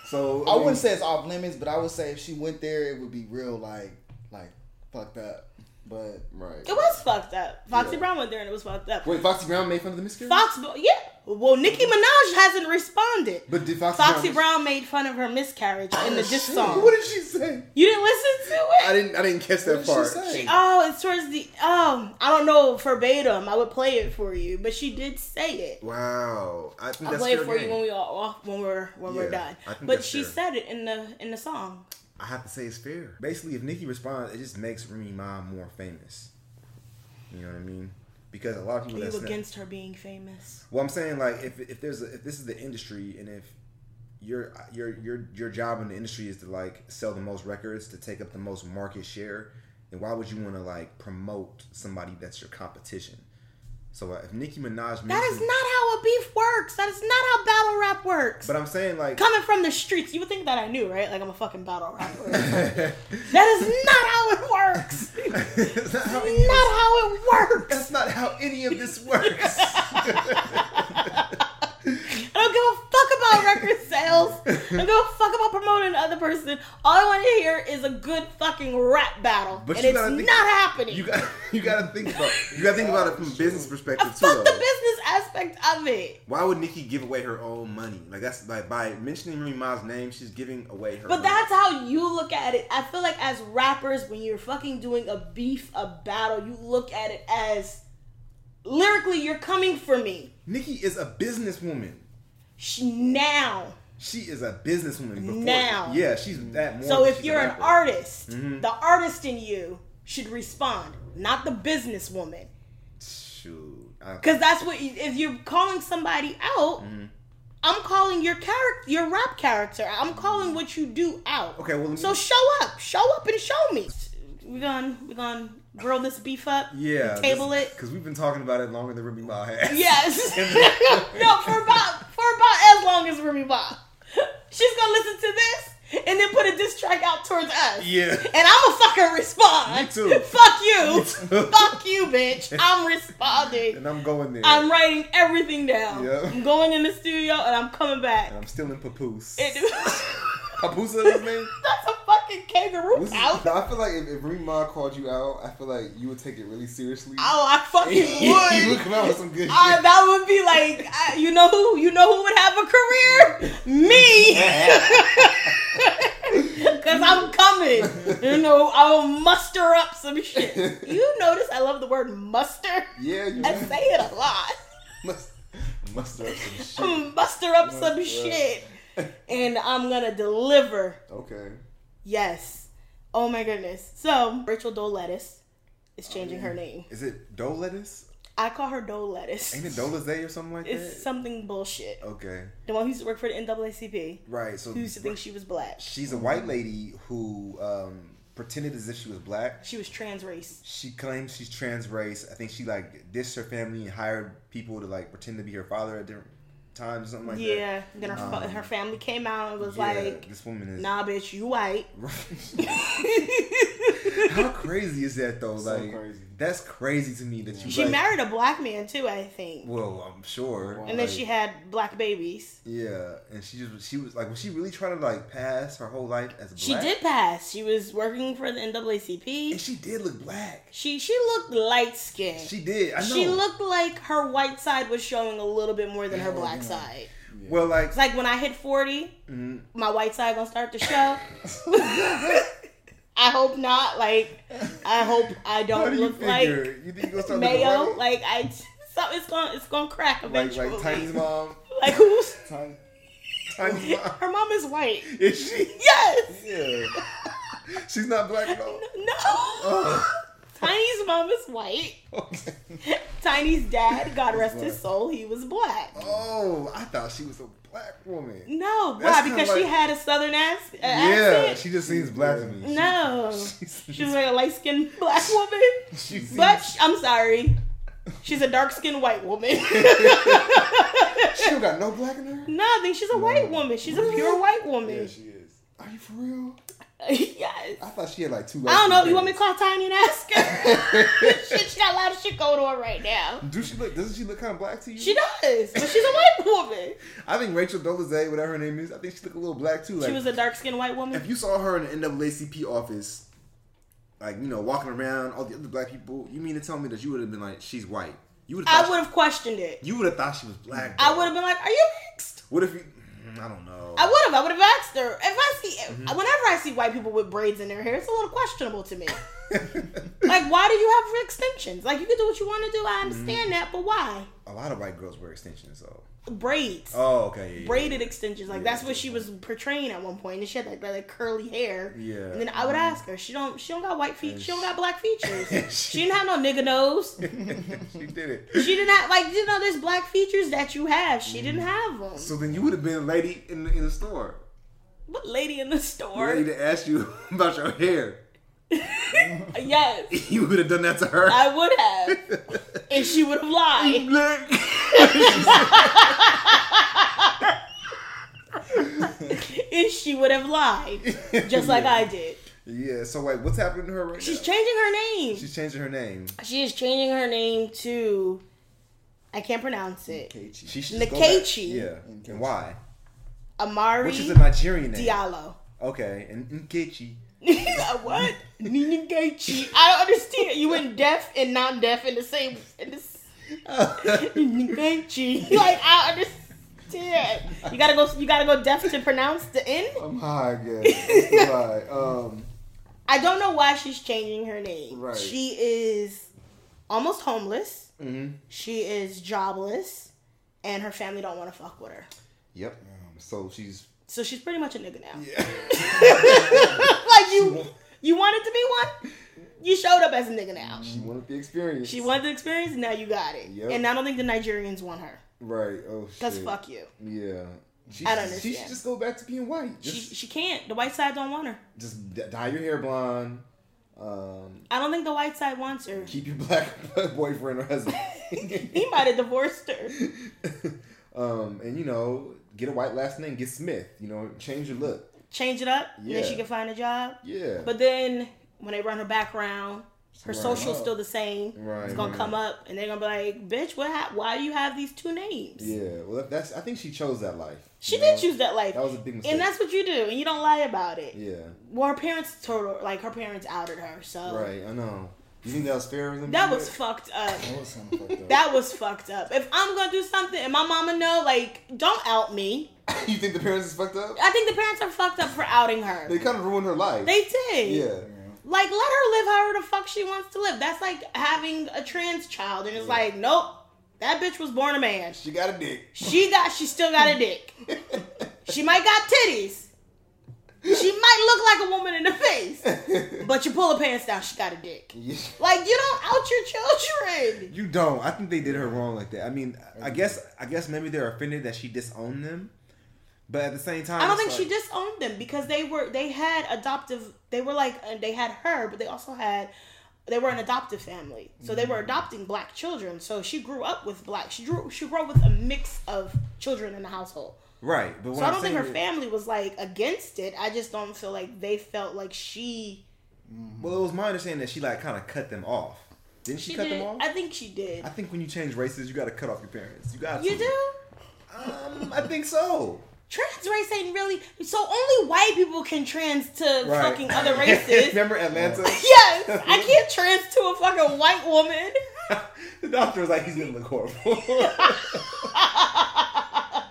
S3: so
S1: I wouldn't
S3: mean,
S1: say it's off limits, but I would say if she went there, it would be real like like fucked up. But
S3: right.
S2: It was fucked up. Foxy
S3: Yeah.
S2: Brown went there and it was fucked up.
S3: Wait, Foxy Brown made fun of the miscarriage.
S2: Fox, yeah. Well, Nicki Minaj hasn't responded.
S3: but did Foxy,
S2: Foxy
S3: Brown?
S2: Brown made fun of her miscarriage in the diss
S1: Oh, shit.
S2: song.
S3: What did she say?
S2: You didn't listen to it?
S3: I didn't. I didn't catch that
S1: what did
S3: part.
S1: she say?
S2: Oh, it's towards the. Oh, I don't know verbatim. I would play it for you, but she did say it.
S3: Wow, I think
S2: I'll
S3: that's
S2: play it
S3: fair
S2: for you
S3: game.
S2: when we all off when we're when we're
S3: Yeah,
S2: done.
S3: I think
S2: But
S3: that's
S2: she
S3: fair.
S2: said it in the in the song.
S3: I have to say it's fair. Basically, if Nikki responds, it just makes Remy Ma more famous. You know what I mean? Because a lot of
S2: Are
S3: people
S2: you
S3: that's not-
S2: against her being famous?
S3: Well, I'm saying like if if there's a, if this is the industry and if your your your your job in the industry is to like sell the most records to take up the most market share, then why would you want to like promote somebody that's your competition? So uh, if Nicki Minaj,
S2: That
S3: mentioned-
S2: is not how a beef works. That is not how battle rap works.
S3: But I'm saying like
S2: Coming from the streets, you would think that I knew, right? Like I'm a fucking battle rapper. that is not how it works.
S3: That's not how any-
S2: Not how it works.
S3: that's not how any of this works.
S2: I don't give a fuck about record sales. I don't give a fuck about promoting another person. All I want to hear is a good fucking rap battle,
S3: But
S2: and
S3: you
S2: it's
S3: gotta think-
S2: not happening.
S3: you got you got to think about you got to think about it from a business
S2: I
S3: perspective too.
S2: fuck the
S3: Though.
S2: business aspect of it,
S3: Why would Nikki give away her own money? Like that's like by mentioning Remy Ma's name, she's giving away her.
S2: but
S3: money.
S2: that's how you look at it. I feel like as rappers, when you're fucking doing a beef, a battle, you look at it as lyrically, you're coming for me
S3: Nikki is a businesswoman.
S2: Sh- now.
S3: She is a businesswoman. Before,
S2: Now.
S3: yeah, she's that more.
S2: So
S3: than
S2: if
S3: she's a
S2: you're an
S3: rapper.
S2: artist, the artist in you should respond, not the businesswoman.
S3: shoot, I-
S2: Because that's what if you're calling somebody out,
S3: Mm-hmm.
S2: I'm calling your character, your rap character. I'm calling what you do out.
S3: Mm-hmm. Okay, well, let me-
S2: so show up, show up, and show me. We're gonna we're gonna grill this beef up.
S3: yeah,
S2: table it.
S3: because we've been talking about it longer than Remy Ma has.
S2: Yes. no, for about for about as as long as Remy Ma. She's gonna listen to this and then put a diss track out towards us.
S3: Yeah.
S2: And I'ma fucking respond.
S3: Me too.
S2: Fuck you.
S3: Me too.
S2: Fuck you, bitch. I'm responding.
S3: And I'm going there.
S2: I'm writing everything down.
S3: Yeah.
S2: I'm going in the studio and I'm coming back.
S3: and I'm still in papoose.
S2: It-
S3: papoose is his name?
S2: that's a fucking kangaroo
S5: This is-
S2: out.
S5: I feel like if, if Remy Ma called you out, I feel like you would take it really seriously.
S2: Oh, I fucking
S5: you
S2: would.
S5: would come out with some good
S2: I,
S5: shit.
S2: that would be like, I, you know who, you know who would have a career? Me, because I'm coming. You know, I'll muster up some shit. You notice I love the word muster.
S5: Yeah, you
S2: I say it a lot.
S5: must, must have some shit.
S2: I'm muster up some
S5: Muster up.
S2: shit, and I'm gonna deliver.
S5: Okay.
S2: Yes. Oh my goodness. So Rachel Dole Lettuce is changing her name.
S3: Is it Dole Lettuce?
S2: I call her Dole Lettuce.
S3: Ain't it Dole Day or something like that?
S2: It's something bullshit.
S3: okay.
S2: The one who used to work for the NAACP,
S3: Right. So
S2: who used to think she was black.
S3: she's a white lady who um, pretended as if she was black.
S2: She was trans race.
S3: She claims she's trans race. I think she like dissed her family and hired people to like pretend to be her father at different times, something like that.
S2: yeah. Then her, fa-
S3: Um,
S2: her family came out and was
S3: Yeah,
S2: like,
S3: this woman is.
S2: nah, bitch, you white.
S3: How crazy is that though?
S5: So
S3: like
S5: crazy.
S3: that's crazy to me that you.
S2: she
S3: like-
S2: married a black man too, I think.
S3: Well, I'm sure.
S5: Wow.
S2: and then
S3: like,
S2: she had black babies.
S3: Yeah, and she just she was like, was she really trying to like pass her whole life as black?
S2: She did pass. She was working for the
S3: and
S2: NAACP.
S3: she did look black.
S2: She she looked light skinned.
S3: She did. I know.
S2: She looked like her white side was showing a little bit more than her black side.
S3: well, like
S2: It's like when I hit 40,
S3: mm,
S2: my white side gonna start to show. I hope not. Like, I hope I
S3: how
S2: don't
S3: do you
S2: look like
S3: figure? you think you're gonna start
S2: mayo.
S3: looking
S2: Like
S3: white?
S2: I, so it's gonna it's gonna crack
S3: like
S2: eventually.
S3: like Tiny's mom?
S2: Like, who's
S5: Time.
S3: Tiny's mom?
S2: her mom is white.
S3: Is she?
S2: Yes.
S3: Yeah. She's not black at all.
S2: No.
S3: Oh.
S2: Tiny's mom is white.
S3: Okay.
S2: Tiny's dad, God rest
S5: black.
S2: his soul, he was black.
S3: Oh, I thought she was a black woman.
S2: No,
S3: That's
S2: why?
S3: kinda
S2: Because she
S3: like-
S2: had a southern ass, uh,
S3: Yeah,
S2: accent.
S3: she just seems black to me.
S2: no,
S3: She,
S2: she was like a light skinned black woman.
S3: she seems,
S2: But sh- I'm sorry. She's a dark skinned white woman.
S5: She don't got no black in her?
S2: no, I think she's a white woman. She's a pure white
S5: Yeah,
S2: woman.
S5: she is. Are you for real?
S2: yes.
S5: I thought she had like two.
S2: I don't know. You want me to call Tiny and ask her? shit, she got a lot of shit going on right now.
S3: do she look? Doesn't she look kind of black to you?
S2: She does, but she's a white woman.
S3: I think Rachel Dolezal, whatever her name is, I think she looked a little black too. Like,
S2: She was a dark skinned white
S3: if
S2: woman.
S3: you saw her in the NAACP office, like you know, walking around all the other black people, you mean to tell me that you would have been like, she's white? You would.
S2: I would have questioned it.
S3: You would have thought she was black.
S2: I
S3: though.
S2: would have been like, Are you mixed?
S3: What if you? Mm, I don't know.
S2: I would have. I would have asked her. If I see,
S3: Mm-hmm.
S2: whenever I see white people with braids in their hair, it's a little questionable to me. like, why do you have extensions? Like, you can do what you want to do. I understand that, but why?
S3: a lot of white girls wear extensions though.
S2: braids.
S3: Oh, okay. yeah, yeah,
S2: Braided extensions, like that's what she was portraying at one point, and she had like that like curly hair.
S3: Yeah.
S2: And then I would ask her, she don't, she don't got white feet, she don't got black
S3: yeah.
S2: features. she
S3: she,
S2: didn't have no nigga nose.
S3: she did it.
S2: She didn't have like you know, there's black features that you have. She didn't have them.
S3: Mm. So then you would have been a lady in the, in the store.
S2: but lady in the
S3: Or
S2: store,
S3: lady to ask you about your hair.
S2: yes,
S3: You would have done that to her.
S2: I would have, and she would have lied. and she would have lied, just like I did.
S3: yeah. So like, what's happening to her right
S2: She's
S3: now?
S2: changing her name.
S3: She's changing her name.
S2: She is changing her name to I can't pronounce it.
S5: She,
S3: She should just go back-
S2: Nkechi.
S3: Yeah. And why?
S2: Amari
S3: Which is a Nigerian name.
S2: Diallo.
S3: Okay. And Nkechi.
S2: what? Ningechi. I don't understand. You went deaf and non deaf in the same in the s- Ningechi. Like I understand. You gotta go you gotta go deaf to pronounce the N.
S5: I'm high again. I'm still high. Um,
S2: I don't know why she's changing her name.
S5: Right.
S2: She is almost homeless.
S3: Mm-hmm.
S2: She is jobless and her family don't wanna fuck with her.
S3: Yep. Um, So she's.
S2: So she's pretty much a nigga now.
S3: Yeah.
S2: like you you wanted to be one you showed up as a nigga now
S5: she wanted the experience.
S2: she wanted the experience now you got it
S5: Mm. Yep.
S2: and i don't think the nigerians want her
S5: Right. Oh shit.
S2: because fuck you
S5: Yeah. She,
S2: I don't
S5: She
S2: understand.
S5: should just go back to being white. Just,
S2: she, she can't the white side don't want her
S5: just d- dye your hair blonde. Um,
S2: i don't think the white side wants her
S5: keep your black boyfriend or husband.
S2: he might have divorced her
S5: um, and you know, get a white last name, get Smith. You know, change your look.
S2: change it up, and
S5: Yeah.
S2: then she can find a job.
S5: Yeah.
S2: But then when they run her background, her
S5: Right.
S2: social's still the same.
S5: Right,
S2: It's gonna
S5: right.
S2: come up, and they're gonna be like, "Bitch, what? Ha- why do you have these two names?"
S5: yeah. Well, that's. I think she chose that life.
S2: She
S5: you
S2: did
S5: know?
S2: choose that life,
S5: That was a big mistake.
S2: and that's what you do, and you don't lie about it.
S5: Yeah.
S2: Well, her parents total like her parents outed her, so
S5: Right. I know. You think that was fair? of them to
S2: that
S5: do
S2: was
S5: it?
S2: fucked up.
S1: That was kind of fucked up.
S2: That was fucked up. If I'm gonna do something and my mama know, like, don't out me.
S5: you think the parents is fucked up?
S2: I think the parents are fucked up for outing her.
S5: They kind of ruined her life.
S2: They did.
S5: yeah.
S2: Like, let her live however the fuck she wants to live. That's like having a trans child, and it's like, nope, that bitch was born a man.
S5: She got a dick.
S2: She got, she still got a dick. she might got titties. She might look like a woman in the face, but you pull her pants down, she got a dick. Like, you don't out your children.
S3: You don't. I think they did her wrong like that. I mean, I guess I guess maybe they're offended that she disowned them, but at the same time,
S2: I don't
S3: it's
S2: think she
S3: like-
S2: disowned them because they were they had adoptive. They were like uh, they had her, but they also had they were an adoptive family, so they were
S3: Mm.
S2: adopting black children. So she grew up with black. She grew she grew up with a mix of children in the household.
S3: Right, but what
S2: So I
S3: I'm
S2: don't think her
S3: saying is-
S2: family was like against it. I just don't feel like they felt like she
S3: Well, it was my understanding that she like kind of cut them off. Didn't she,
S2: she
S3: cut
S2: did.
S3: them off?
S2: I think she did.
S3: I think when you change races, you got to cut off your parents. You got
S2: you do.
S3: Um, I think so.
S2: Trans race ain't really so. Only white people can trans to
S3: Right.
S2: fucking other races.
S3: Remember Atlanta?
S2: Yes, I can't trans to a fucking white woman.
S3: the doctor was like, he's gonna look horrible.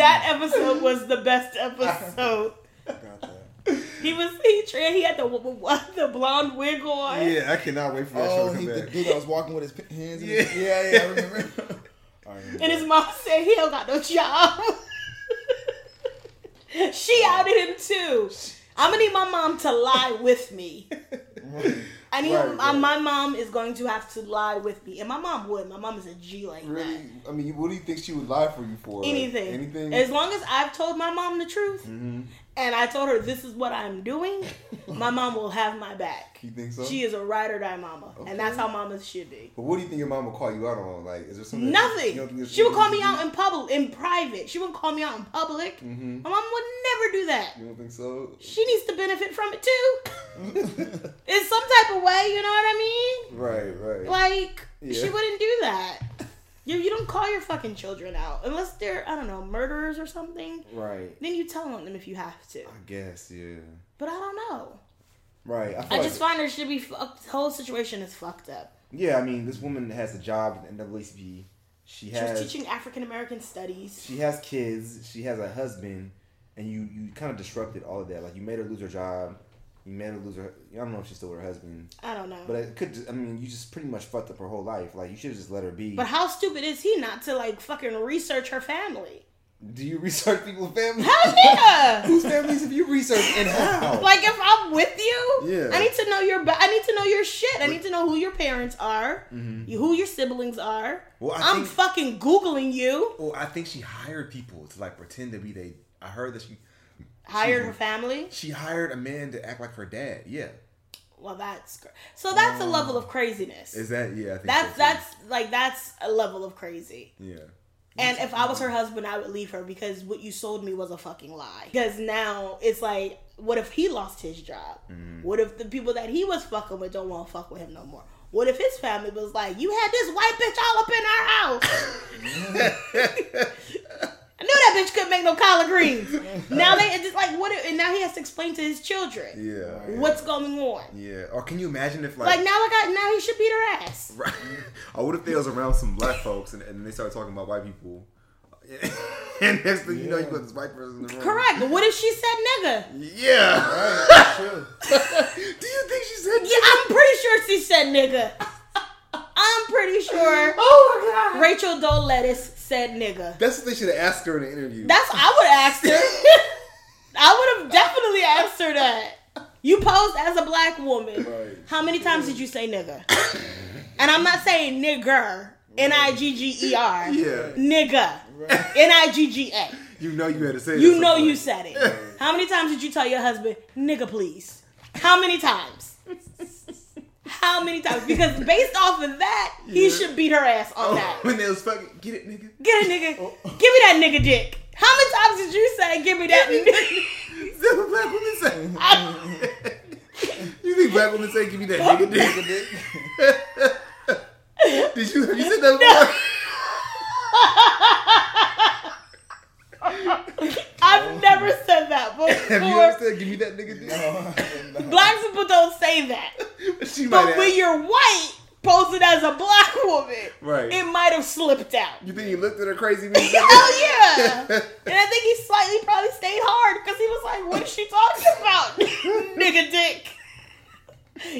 S2: That episode was the best episode.
S1: Got that.
S2: He was he trans. He had the the blonde wig on.
S3: yeah, I cannot wait for that show
S1: Oh,
S3: to
S1: he,
S3: come
S1: the
S3: back.
S1: dude that was walking with his p- hands. In
S3: Yeah.
S1: His, yeah, yeah, I remember. I remember.
S2: And his mom said he don't got no job. she outed him too. I'm gonna need my mom to lie with me. I need
S5: Right,
S2: my,
S5: right.
S2: my mom is going to have to lie with me, and my mom would. My mom is a G like that.
S5: Really? I mean, what do you think she would lie for you for? Like,
S2: anything.
S5: Anything?
S2: As long as I've told my mom the truth
S3: Mm-hmm.
S2: and I told her this is what I'm doing, my mom will have my back.
S5: you think so?
S2: She is a ride or die mama. And that's how mamas should be.
S5: but what do you think your mom would call you out on? Like, is there something?
S2: Nothing.
S5: you don't think there's
S2: she would
S5: something
S2: call me
S5: you
S2: out in public in private. She wouldn't call me out in public.
S5: Mm-hmm.
S2: My mom would never do that.
S5: do? You don't think so?
S2: She needs to benefit from it too. in some type of way, you know what I mean?
S5: Right, right.
S2: Like she
S5: Yeah.
S2: wouldn't do that. You, you don't call your fucking children out unless they're I don't know murderers or something.
S5: Right.
S2: Then you tell on them if you have to.
S5: I guess, yeah.
S2: But I don't know.
S5: Right. I, feel
S2: I
S5: like,
S2: just find her should be fucked. The whole situation is fucked up.
S3: Yeah, I mean, this woman has a job at NAACP. She
S2: She was
S3: has
S2: teaching African American studies.
S3: she has kids. She has a husband, and you you kind of disrupted all of that. Like you made her lose her job. You made her lose her. I don't know if she's still with her husband,
S2: I don't know.
S3: but
S2: But,
S3: it could. I mean, you just pretty much fucked up her whole life. Like you should have just let her be.
S2: how stupid is he not to like fucking research her family?
S5: do you research people's families?
S2: Hell yeah!
S5: Whose families have you researched and how?
S2: like if I'm with you,
S5: Yeah.
S2: I need to know your. ba- I need to know your shit. I need to know who your parents are, you- who your siblings are.
S3: Mm-hmm. Well, I
S2: I'm
S3: think-
S2: fucking googling you.
S3: Well, Oh, I think she hired people to like pretend to be they. I heard that she
S2: Hired her family.
S3: she hired a man to act like her dad. Yeah,
S2: Well, that's cr- so. That's a level
S3: Um,
S2: of craziness.
S3: is that yeah? I think so,
S2: That's
S3: too.
S2: that's like that's a level of crazy.
S3: yeah.
S2: And if I was her husband, I would leave her because what you sold me was a fucking lie. Because now it's like, what if he lost his job?
S3: Mm-hmm.
S2: What if the people that he was fucking with don't want to fuck with him no more? What if his family was like, you had this white bitch all up in our house? I knew that bitch couldn't make no collard greens. now they it's just like what? If, and now he has to explain to his children
S3: Yeah,
S2: what's going on.
S3: yeah. Or can you imagine if
S2: Like now, I got now he should beat her ass.
S3: Right. Or what if they was around some black folks and, and they started talking about white people? and next thing you know, you got this white person in the room.
S2: Correct. But what if she said nigga?
S3: Yeah.
S1: That's true.
S3: Do you think she said?
S2: Yeah, I'm pretty sure she said nigga. I'm pretty sure. Oh my god. Rachel Dolettis said nigga.
S5: That's what they should have asked her in the interview.
S2: That's I would have asked her. I would have definitely asked her that. You posed as a black woman.
S5: Right.
S2: How many times did you say nigga? and I'm not saying nigger. N I G G E R.
S3: Yeah.
S2: Nigga. N I G G A.
S3: You know you had to say. it
S2: You
S3: at
S2: know
S3: some
S2: you
S3: point.
S2: said it. How many times did you tell your husband, nigga, please? How many times? How many times? Because based off of that, he
S3: Yeah.
S2: should beat her ass on
S3: Oh,
S2: that.
S3: when they was fucking get it, nigga.
S2: Get a nigga. Give me that nigga dick. How many times did you say, "Give me that"?
S3: That's what black women say.
S2: I-
S3: you think black women say, give me that nigga dick? Did you, have you said that before?
S2: I've never said that
S3: Have you ever
S2: before.
S3: said, give me that nigga dick?
S2: Black people don't say that,
S3: She might
S2: but
S3: have.
S2: when you're white, posted as a black woman,
S3: Right.
S2: it might have slipped out.
S3: you think he looked at her crazy? when he said that?
S2: Oh yeah, and I think he slightly probably stayed hard because he was like, "What is she talking about, nigga dick?"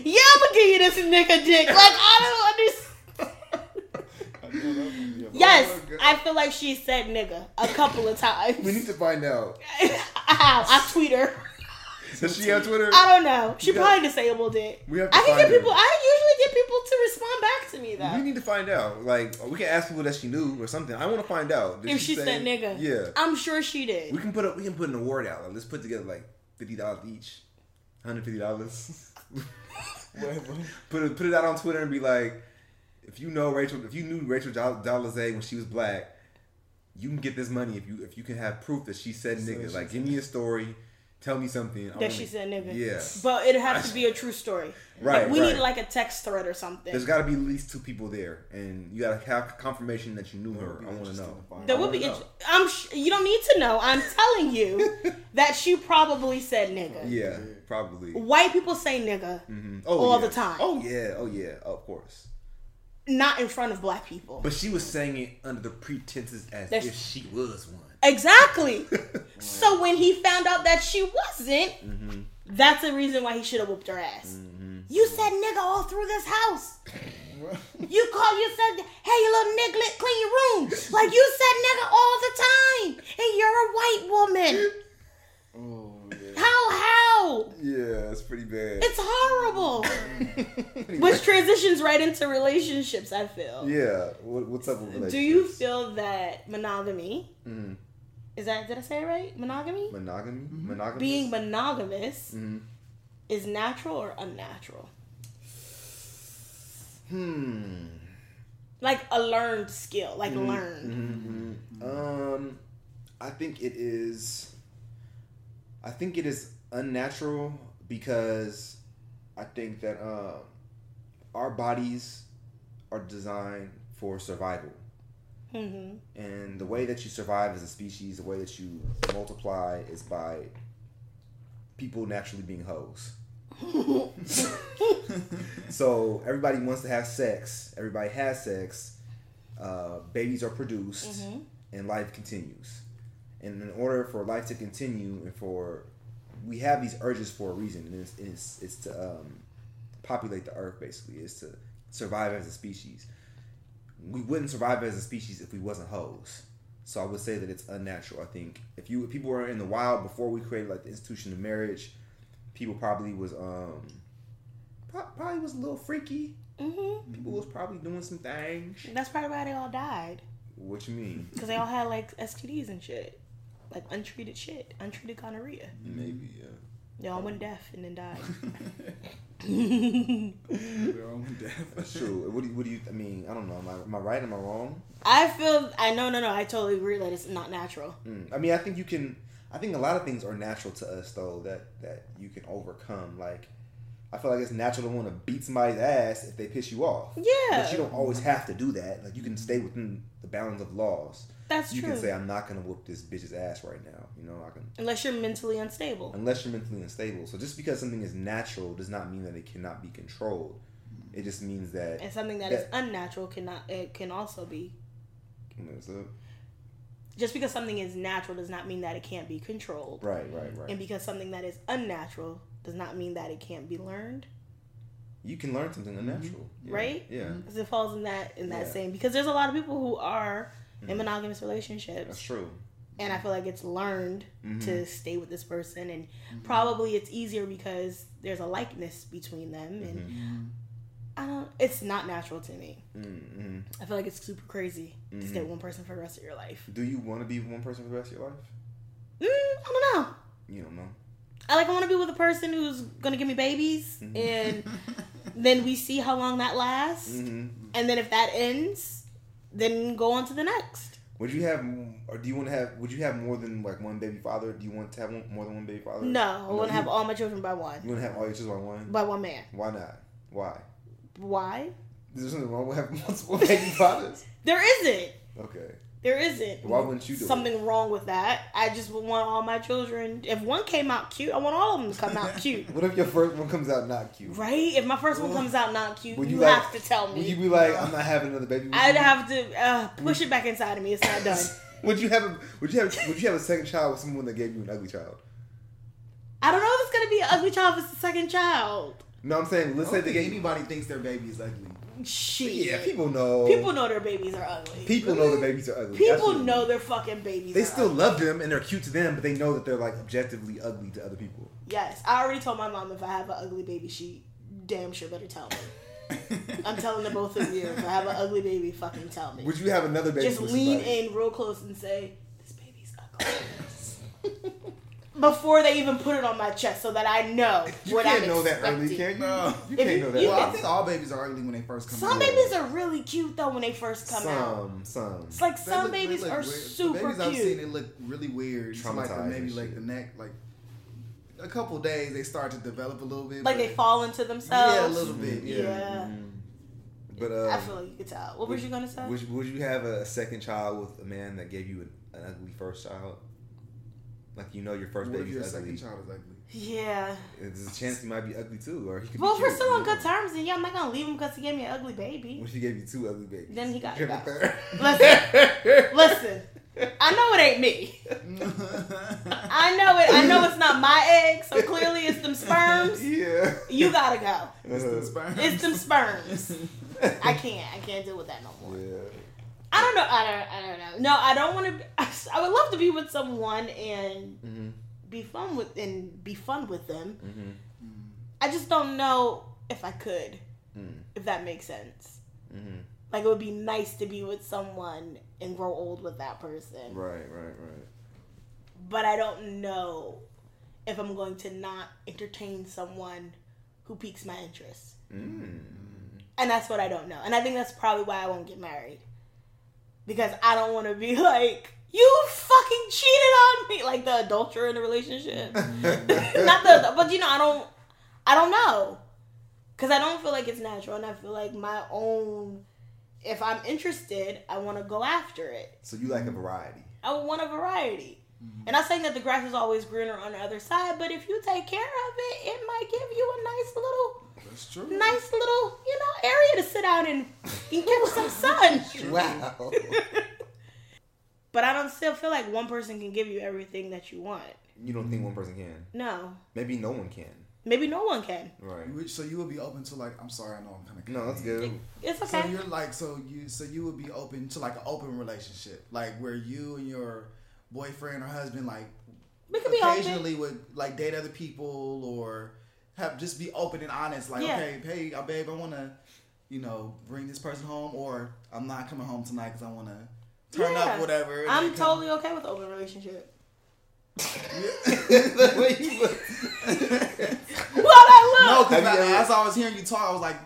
S2: Yeah, I'ma give you this nigga dick. Like I don't understand. Yes, I feel like she said nigga a couple of
S3: Oh We
S2: times.
S3: need to find out.
S2: How? I tweet her.
S3: Does she have Twitter?
S2: I don't know. She
S3: Yeah.
S2: probably disabled it.
S3: We have to
S2: I can get
S3: find her.
S2: people. I usually get people to respond back to me
S3: We
S2: though.
S3: need to find out. Like, we can ask people that she knew or something. I want to find out. Did
S2: If she
S3: say-
S2: said nigga,
S3: Yeah.
S2: I'm sure she did.
S3: We can put up. We can put an award out. Like, let's put together like fifty dollars each, hundred fifty dollars. put it put it out on Twitter and be like, if you know Rachel, if you knew Rachel Dol- Dolezal when she was black, you can get this money if you if you can have proof that she said nigga.
S5: she
S3: Like, give me a story, tell me something I
S2: that
S3: wanna-
S2: she said nigga.
S3: Yeah,
S2: But it'd have to be a true story.
S3: Right,
S2: Like, we
S3: right.
S2: need like a text thread or something.
S3: there's got to be at least two people there, and you got to have confirmation that you knew her. I want to know.
S2: that would be. Int- I'm. Sh- you don't need to know. I'm telling you that she probably said nigga.
S3: Yeah, probably.
S2: White people say nigga,
S3: Oh,
S2: all
S3: yeah.
S2: the time.
S3: Oh yeah, oh yeah, of course.
S2: not in front of black people.
S3: But she was saying it under the pretenses as
S2: That's-
S3: if she was one.
S2: Exactly. so when he found out that she wasn't,
S3: Mm-hmm.
S2: that's the reason why he should have whooped her ass. You said nigga all through this house. you called, you said, hey, you little nigga, clean your room. Like you said nigga all the time. And you're a white woman.
S3: Oh,
S2: How, how?
S3: Yeah, it's pretty bad.
S2: It's horrible. Which transitions right into relationships, I feel.
S3: Yeah, what, what's up with relationships?
S2: Do
S3: Mm.
S2: you feel that monogamy, is that, did I say it right? Monogamy?
S3: monogamy? Mm-hmm. Monogamy?
S2: being
S3: Mm.
S2: monogamous is natural or unnatural?
S3: hmm.
S2: Like a learned skill, like
S3: Mm-hmm.
S2: learned.
S3: Um, I think it is. I think it is unnatural because I think that um, our bodies are designed for survival.
S2: Mhm.
S3: Mm-hmm. And the way that you survive as a species, the way that you multiply is by people naturally being hoes.
S2: Mm-hmm.
S3: so everybody wants to have sex. Everybody has sex. Uh, babies are produced, and life continues. And in order for life to continue, and for we have these urges for a reason, and it's it's, it's to um, populate the earth. Basically, it's to survive as a species. We wouldn't survive as a species if we wasn't hoes. So I would say that it's unnatural. I think if you if people were in the wild before we created like the institution of marriage, people probably was um pro- probably was a little freaky.
S2: Mhm.
S3: People was probably doing some things.
S2: That's probably why they all died
S3: What you mean?
S2: because they all had like STDs and shit, like untreated shit, untreated gonorrhea.
S1: Maybe, yeah.
S2: They all went deaf and then died.
S1: Their own death.
S3: That's true. What do you, what do you? I mean, I don't know. Am I, am I right? Am I wrong?
S2: I feel I no no no. I totally agree that it's not natural.
S3: Mm. I mean, I think you can. I think a lot of things are natural to us though that that you can overcome. Like, I feel like it's natural to want to beat somebody's ass if they piss you off. But
S2: Yeah,
S3: you don't always have to do that. Like you can stay within the bounds of laws.
S2: that's
S3: you
S2: true.
S3: can say, I'm not gonna whoop this bitch's ass right now. You know, I can
S2: Unless you're mentally unstable.
S3: unless you're mentally unstable. So just because something is natural does not mean that it cannot be controlled. It just means that
S2: And something that is unnatural cannot it can also be.
S3: What's up?
S2: Just because something is natural does not mean that it can't be controlled.
S3: Right, right, right.
S2: And because something that is unnatural does not mean that it can't be learned,
S3: you can learn something unnatural. Yeah,
S2: Mm-hmm. Right? Mm-hmm.
S3: Yeah.
S2: 'Cause it falls in that in that
S3: Yeah. Mm-hmm.
S2: same. Because there's a lot of people who are in monogamous relationships,
S3: That's true. Mm-hmm.
S2: and I feel like it's learned to stay with this person, and probably it's easier because there's a likeness between them, and I don't. It's not natural to me.
S3: Mm-hmm.
S2: I feel like it's super crazy to stay with one person for the rest of your life.
S3: Do you want to be one person for the rest of your life?
S2: Mm, I don't know.
S3: You don't know.
S2: I like I want to be with a person who's gonna give me babies,
S3: Mm-hmm.
S2: and then we see how long that lasts,
S3: hmm
S2: and then if that ends, then go on to the next.
S3: Would you have, or do you want to have? Would you have more than like one baby father? Do you want to have one, more than one baby father?
S2: No, I want to
S3: you-
S2: have all my children by one,
S3: You want to have all your children on one?
S2: by one man.
S3: Why not? Why?
S2: Why?
S3: There's something wrong with having multiple baby fathers.
S2: There isn't.
S3: Okay.
S2: There isn't.
S3: Why wouldn't you do
S2: something wrong with that. I just would want all my children. If one came out cute, I want all of them to come out cute.
S3: it? What if your first one comes out not cute?
S2: Right? If my first one comes out not cute,
S3: Would
S2: you,
S3: you like-
S2: have to tell
S3: Would you
S2: me.
S3: be like, I'm not having another baby? Would
S2: I'd
S3: you-
S2: have to uh, push it back inside of me. It's not done.
S3: Would you have? A, would you have? Would you have a second child with someone that gave you an ugly child?
S2: I don't know if it's gonna be an ugly child if it's the second child.
S3: No, I'm saying let's say
S1: don't
S3: they
S1: think
S3: gave you.
S1: anybody thinks their baby is ugly.
S2: Shit.
S3: Yeah, people know.
S2: People know their babies are ugly.
S3: People know the babies are ugly.
S2: People
S3: Absolutely.
S2: know their fucking babies.
S3: They
S2: are
S3: still
S2: ugly.
S3: love them and they're cute to them, but they know that they're like objectively ugly to other people.
S2: Yes, I already told my mom if I have an ugly baby, she damn sure better tell me. I'm telling the both of you if I have an ugly baby, fucking tell me.
S3: Would you have another baby?
S2: Just
S3: with
S2: lean
S3: somebody?
S2: in real close and say, "This baby's ugly." Before they even put it on my chest, so that I know
S3: You
S2: what
S3: can't
S2: I'm
S3: know that
S2: expecting.
S3: early, can you?
S1: No.
S3: You
S2: If
S3: can't
S2: you-
S3: know that.
S2: you
S1: Well, I
S2: can-
S1: think all babies are ugly when they first come
S2: Some
S1: out.
S2: babies are really cute though when they first come out.
S3: some, some.
S2: It's like
S1: They
S2: some
S1: look- they
S2: babies
S1: look
S2: are
S1: weird.
S2: super
S1: the babies
S2: cute.
S1: I've seen, they look really weird. It's like the,
S3: Traumatized
S1: maybe
S3: and
S1: like
S3: shit.
S1: the neck, like a couple days they start to develop a little bit.
S2: like
S1: but-
S2: they fall into themselves.
S1: Yeah, a little bit. Yeah.
S2: Yeah.
S3: Mm-hmm. But uh,
S2: I feel like you could tell. What was you gonna say?
S3: Would, would you have a second child with a man that gave you an, an ugly first child? Like you know your first
S1: What if
S3: baby's
S1: your second
S3: ugly.
S1: child is ugly?
S2: yeah.
S3: There's a chance he might be ugly too, or he could
S2: Well,
S3: be
S2: if we're
S3: cute.
S2: still on good terms, then yeah, I'm not gonna leave him because he gave me an ugly baby.
S3: What if he gave you two ugly babies?
S2: Then he got
S3: Give
S2: got-
S3: a third.
S2: Listen, Listen, I know it ain't me. I know it. I know it's not my egg. So clearly, it's them sperms.
S3: yeah.
S2: You gotta go.
S1: It's the sperm.
S2: It's them sperms. I can't. I can't deal with that no more.
S3: yeah.
S2: I don't know. I don't. I don't know. No, I don't want to. Be, I would love to be with someone and
S3: Mhm.
S2: be fun with and be fun with them.
S3: Mhm.
S2: I just don't know if I could.
S3: Mm.
S2: If that makes sense.
S3: Mhm.
S2: Like it would be nice to be with someone and grow old with that person.
S3: Right. Right. Right.
S2: But I don't know if I'm going to not entertain someone who piques my interest.
S3: Mm.
S2: And that's what I don't know. And I think that's probably why I won't get married. Because I don't want to be like, you fucking cheated on me. Like the adulterer in the relationship.
S3: Mm.
S2: Not the, but you know, I don't, I don't know. Because I don't feel like it's natural. And I feel like my own, if I'm interested, I want to go after it.
S3: So you like a variety.
S2: I want a variety.
S1: Mm-hmm.
S2: And I'm saying that the grass is always greener on the other side, but if you take care of it, it might give you a nice little
S1: That's true.
S2: nice little, you know, area to sit out and, and catch some sun.
S3: Wow.
S2: But I don't still feel like one person can give you everything that you want.
S3: you don't think one person can?
S2: No.
S3: Maybe no one can.
S2: Maybe no one can.
S3: Right.
S1: You would- So you would be open to like I'm sorry, I know I'm kind of
S3: No, that's good.
S2: It's
S1: So
S2: okay.
S1: you're like so you so you would be open to like an open relationship, like where you and your boyfriend or husband like
S2: we could be open.
S1: occasionally would like date other people or have just be open and honest. Like,
S2: Yeah.
S1: okay, hey, uh, babe, I want to, you know, bring this person home, or I'm not coming home tonight because I want to turn
S2: Yeah.
S1: up, whatever. and
S2: I'm
S1: they come-
S2: totally okay with open relationship.
S3: the way you look.
S2: What I
S1: No,
S2: love.
S1: because
S3: Have you ever-
S1: as I was hearing you talk, I was like,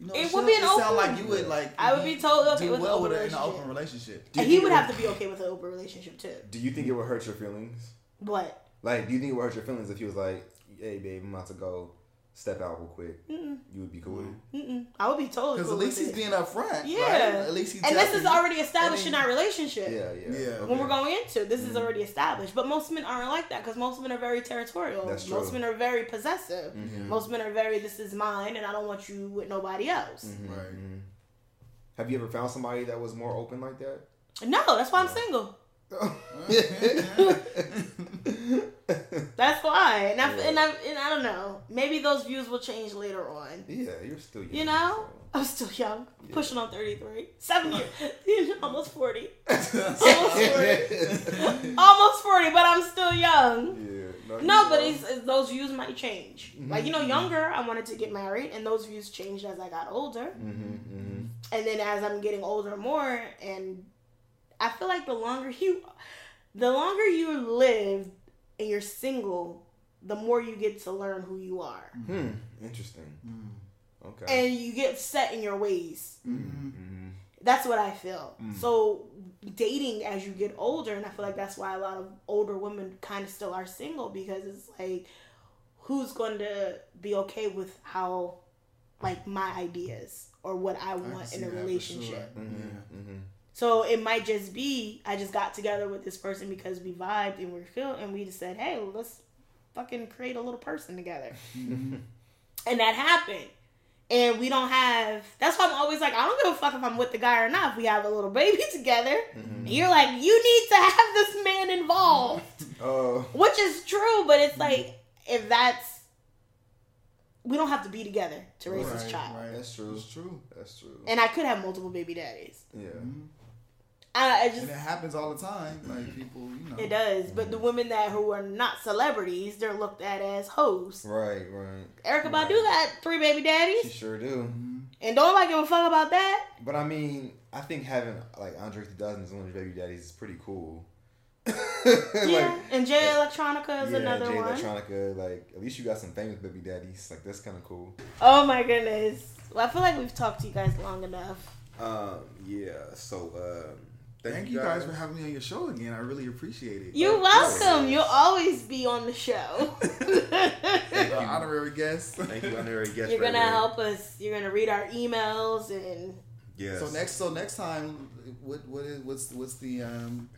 S1: you know,
S2: It
S1: shut
S2: would be
S1: up.
S2: an
S1: it sound
S2: open-
S1: like you would like.
S2: I would be totally okay
S1: do
S2: with an
S1: well
S2: open
S1: with it in an
S2: relationship.
S1: open relationship.
S2: And he would have to be okay with an open relationship too.
S3: Do you think it would hurt your feelings?
S2: But
S3: Like, do you think it would hurt your feelings if he was like, "Hey, babe, I'm about to go step out real quick."
S2: Mm-hmm.
S3: You would be cool. with it?
S2: mm-mm, I would be totally
S1: Because
S2: cool
S1: at least
S2: with
S1: he's
S2: it.
S1: being upfront.
S2: Yeah.
S1: Right? At least he's.
S2: and this
S1: telling
S2: is
S1: you.
S2: already established in our relationship.
S3: Yeah, yeah.
S1: Yeah.
S3: Okay.
S2: when we're going into. This is already established. But most men aren't like that because most men are very territorial.
S3: That's
S2: Most
S3: true. Mm-hmm.
S2: men are very possessive.
S1: Mm-hmm.
S2: Most men are very, this is mine and I don't want you with nobody else.
S1: Right.
S3: Mm-hmm. Have you ever found somebody that was more open like that?
S2: No, that's why I'm single. That's why. And I,
S3: Yeah.
S2: and, I, and I don't know. Maybe those views will change later on.
S3: Yeah, you're still young.
S2: You know?
S3: so-
S2: I'm still young. Pushing on 33. Seven years. Almost 40. Almost 40. Almost 40, but I'm still young.
S3: Yeah.
S2: No,
S3: you
S2: but
S3: know.
S2: it's, it's- those views might change. Like you know, younger I wanted to get married, and those views changed as I got older.
S3: Mm-hmm,
S2: And then as I'm getting older, more, and I feel like the longer you, the longer you live, and you're single, the more you get to learn who you are,
S3: Hmm. Interesting. Okay.
S1: Mm-hmm.
S2: and you get set in your ways. That's what I feel.
S3: Mm.
S2: So dating as you get older, and I feel like that's why a lot of older women kind of still are single because it's like, who's going to be okay with how, like my ideas or what I
S3: I can
S2: want
S3: see
S2: in a
S3: that for
S2: relationship.
S3: sure. Yeah.
S2: So it might just be I just got together with this person because we vibed and we feel and we just said, hey, let's fucking create a little person together,
S3: mm-hmm.
S2: and that happened. And we don't have. That's why I'm always like, I don't give a fuck if I'm with the guy or not. If we have a little baby together,
S3: Mm-hmm.
S2: And Mm-hmm. you're like, you need to have this man involved,
S3: Uh,
S2: which is true. But it's like, if that's, we don't have to be together to raise this
S3: Right,
S2: child.
S3: right.
S1: That's true. Mm-hmm.
S3: It's true. That's true.
S2: And I could have multiple baby daddies.
S3: Yeah.
S2: I, I just
S1: And it happens all the time. Like people, you know.
S2: It does, but
S3: Mm-hmm.
S2: the women that who are not celebrities, they're looked at as hoes.
S3: Right, right.
S2: Erica Badu got three baby
S3: You
S2: daddies,
S3: sure do.
S1: Mm-hmm.
S2: and don't nobody give a fuck about that.
S3: But I mean, I think having like Andre 3000 as one of your baby daddies is pretty cool.
S2: Yeah,
S3: Like,
S2: and Jay Electronica is
S3: yeah,
S2: another
S3: Jay
S2: one.
S3: Electronica. Like, at least you got some famous baby daddies. Like, that's kind of cool.
S2: oh my goodness! Well, I feel like we've talked to you guys long enough.
S3: Um, yeah. So, um,
S1: Thank you guys for having me on your show again. I really appreciate it.
S2: You're welcome. You'll always be on the show.
S1: Thank you, Uh, honorary guest.
S3: Thank you, honorary guest.
S2: You're gonna
S3: right there.
S2: help us. You're gonna read our emails and
S3: Yes.
S1: So next, so next time, what what is what's what's the um,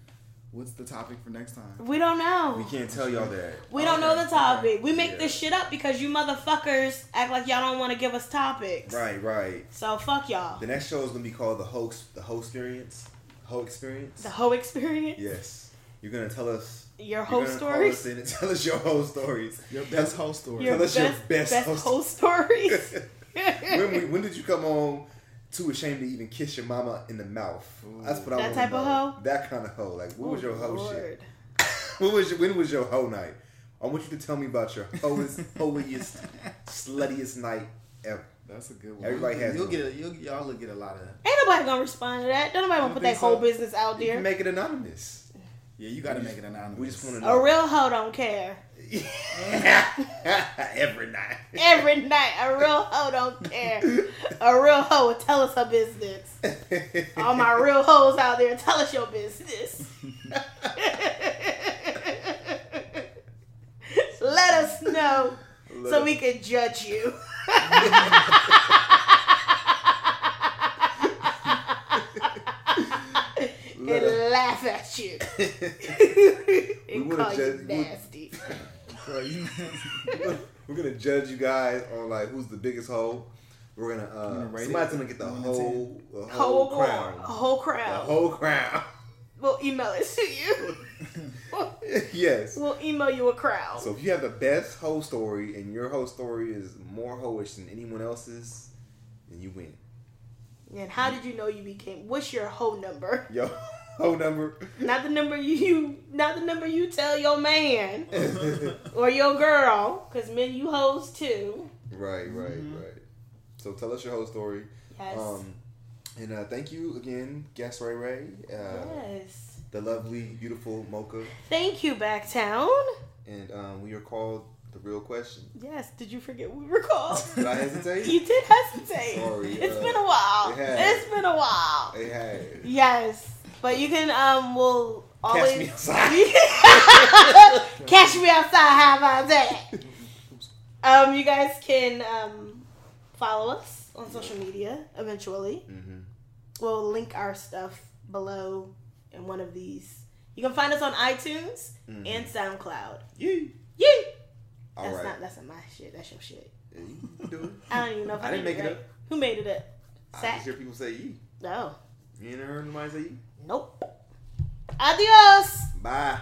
S1: what's the topic for next time?
S2: we don't know.
S3: we can't tell y'all that.
S2: We don't know the topic. We make
S3: Yeah.
S2: this shit up because you motherfuckers act like y'all don't want to give us topics.
S3: Right, right.
S2: So fuck y'all.
S3: The next show is gonna be called the hoax, the whole experience, whole experience.
S2: The whole experience.
S3: yes, you're gonna tell us
S2: Your
S3: you're
S2: whole
S3: gonna call us
S2: stories.
S3: in and tell us your whole stories.
S1: Your best whole story.
S2: Your
S3: Tell
S2: best,
S3: us your
S2: best,
S3: best
S2: whole,
S3: whole
S2: stories.
S3: when, we, when did you come home too ashamed to even kiss your mama in the mouth? That's what I
S2: That
S3: wanna
S2: type of
S3: know.
S2: hoe?
S3: That kind of hoe. Like, what was your hoe
S2: Oh, Lord.
S3: shit? What was your, when was your hoe night? I want you to tell me about your hoest, hoeiest, sluttiest night ever.
S1: That's a good one.
S3: Everybody has
S1: You'll
S3: one.
S1: get a, you'll y'all will get a lot of.
S2: Ain't nobody gonna respond to that. Don't nobody
S1: You
S2: wanna put
S1: think
S2: their whole
S1: so?
S2: business out
S3: You can
S2: there.
S3: make it anonymous.
S1: Yeah, you got to make it anonymous.
S3: We just want to
S2: A
S3: know
S2: real hoe don't care.
S3: every night.
S2: Every night, a real hoe don't care. A real hoe will tell us her business. All my real hoes out there, tell us your business. Let us know so we can judge you. and laugh at you. and
S3: wanna
S2: call
S3: judge-
S2: you
S3: we-
S2: nasty.
S1: So you-
S3: We're gonna judge you guys on like who's the biggest hoe. We're gonna uh,
S1: gonna rate
S3: somebody's
S1: it
S3: gonna get the
S1: one to
S3: whole, the
S2: Whole,
S3: whole
S2: crowd.
S3: crown,
S2: Whole
S3: the
S2: crowd.
S3: whole crown.
S2: We'll email it to you.
S3: yes.
S2: We'll email you a crowd.
S3: So if you have the best hoe story and your hoe story is more hoish than anyone else's, then you win.
S2: and how did you know you became? What's your whole number?
S3: Yo, hoe number.
S2: Not the number you, you not the number you tell your man or your girl, because men you hoes too.
S3: Right, right,
S1: Mm-hmm.
S3: right. So tell us your whole story.
S2: Yes.
S3: Um, and uh, thank you again, guest Ray Ray, uh,
S2: yes.
S3: the lovely, beautiful Mocha,
S2: Thank you, Backtown.
S3: and um, we are called the real question.
S2: Yes. Did you forget we were called?
S3: Did I hesitate?
S2: you did hesitate.
S3: Sorry,
S2: It's
S3: uh,
S2: been a while.
S3: it has.
S2: It's been a while.
S3: Hey, hey.
S2: Yes. But you can um we'll always
S3: me outside.
S2: Catch me outside, how about that? Um you guys can um follow us on social media eventually.
S3: Mhm.
S2: We'll link our stuff below in one of these. You can find us on iTunes and SoundCloud.
S3: You.
S2: Yeah.
S3: Mm-hmm. All
S2: That's
S3: right.
S2: not that's not my shit. That's your shit.
S3: Yeah, you can do it.
S2: I don't even know if I,
S3: I didn't
S2: made
S3: make it
S2: right. Who made it up?
S3: I
S2: Sack? Oh,
S3: just hear people say you.
S2: No.
S3: You ain't heard nobody say you.
S2: Nope. Adios.
S3: Bye.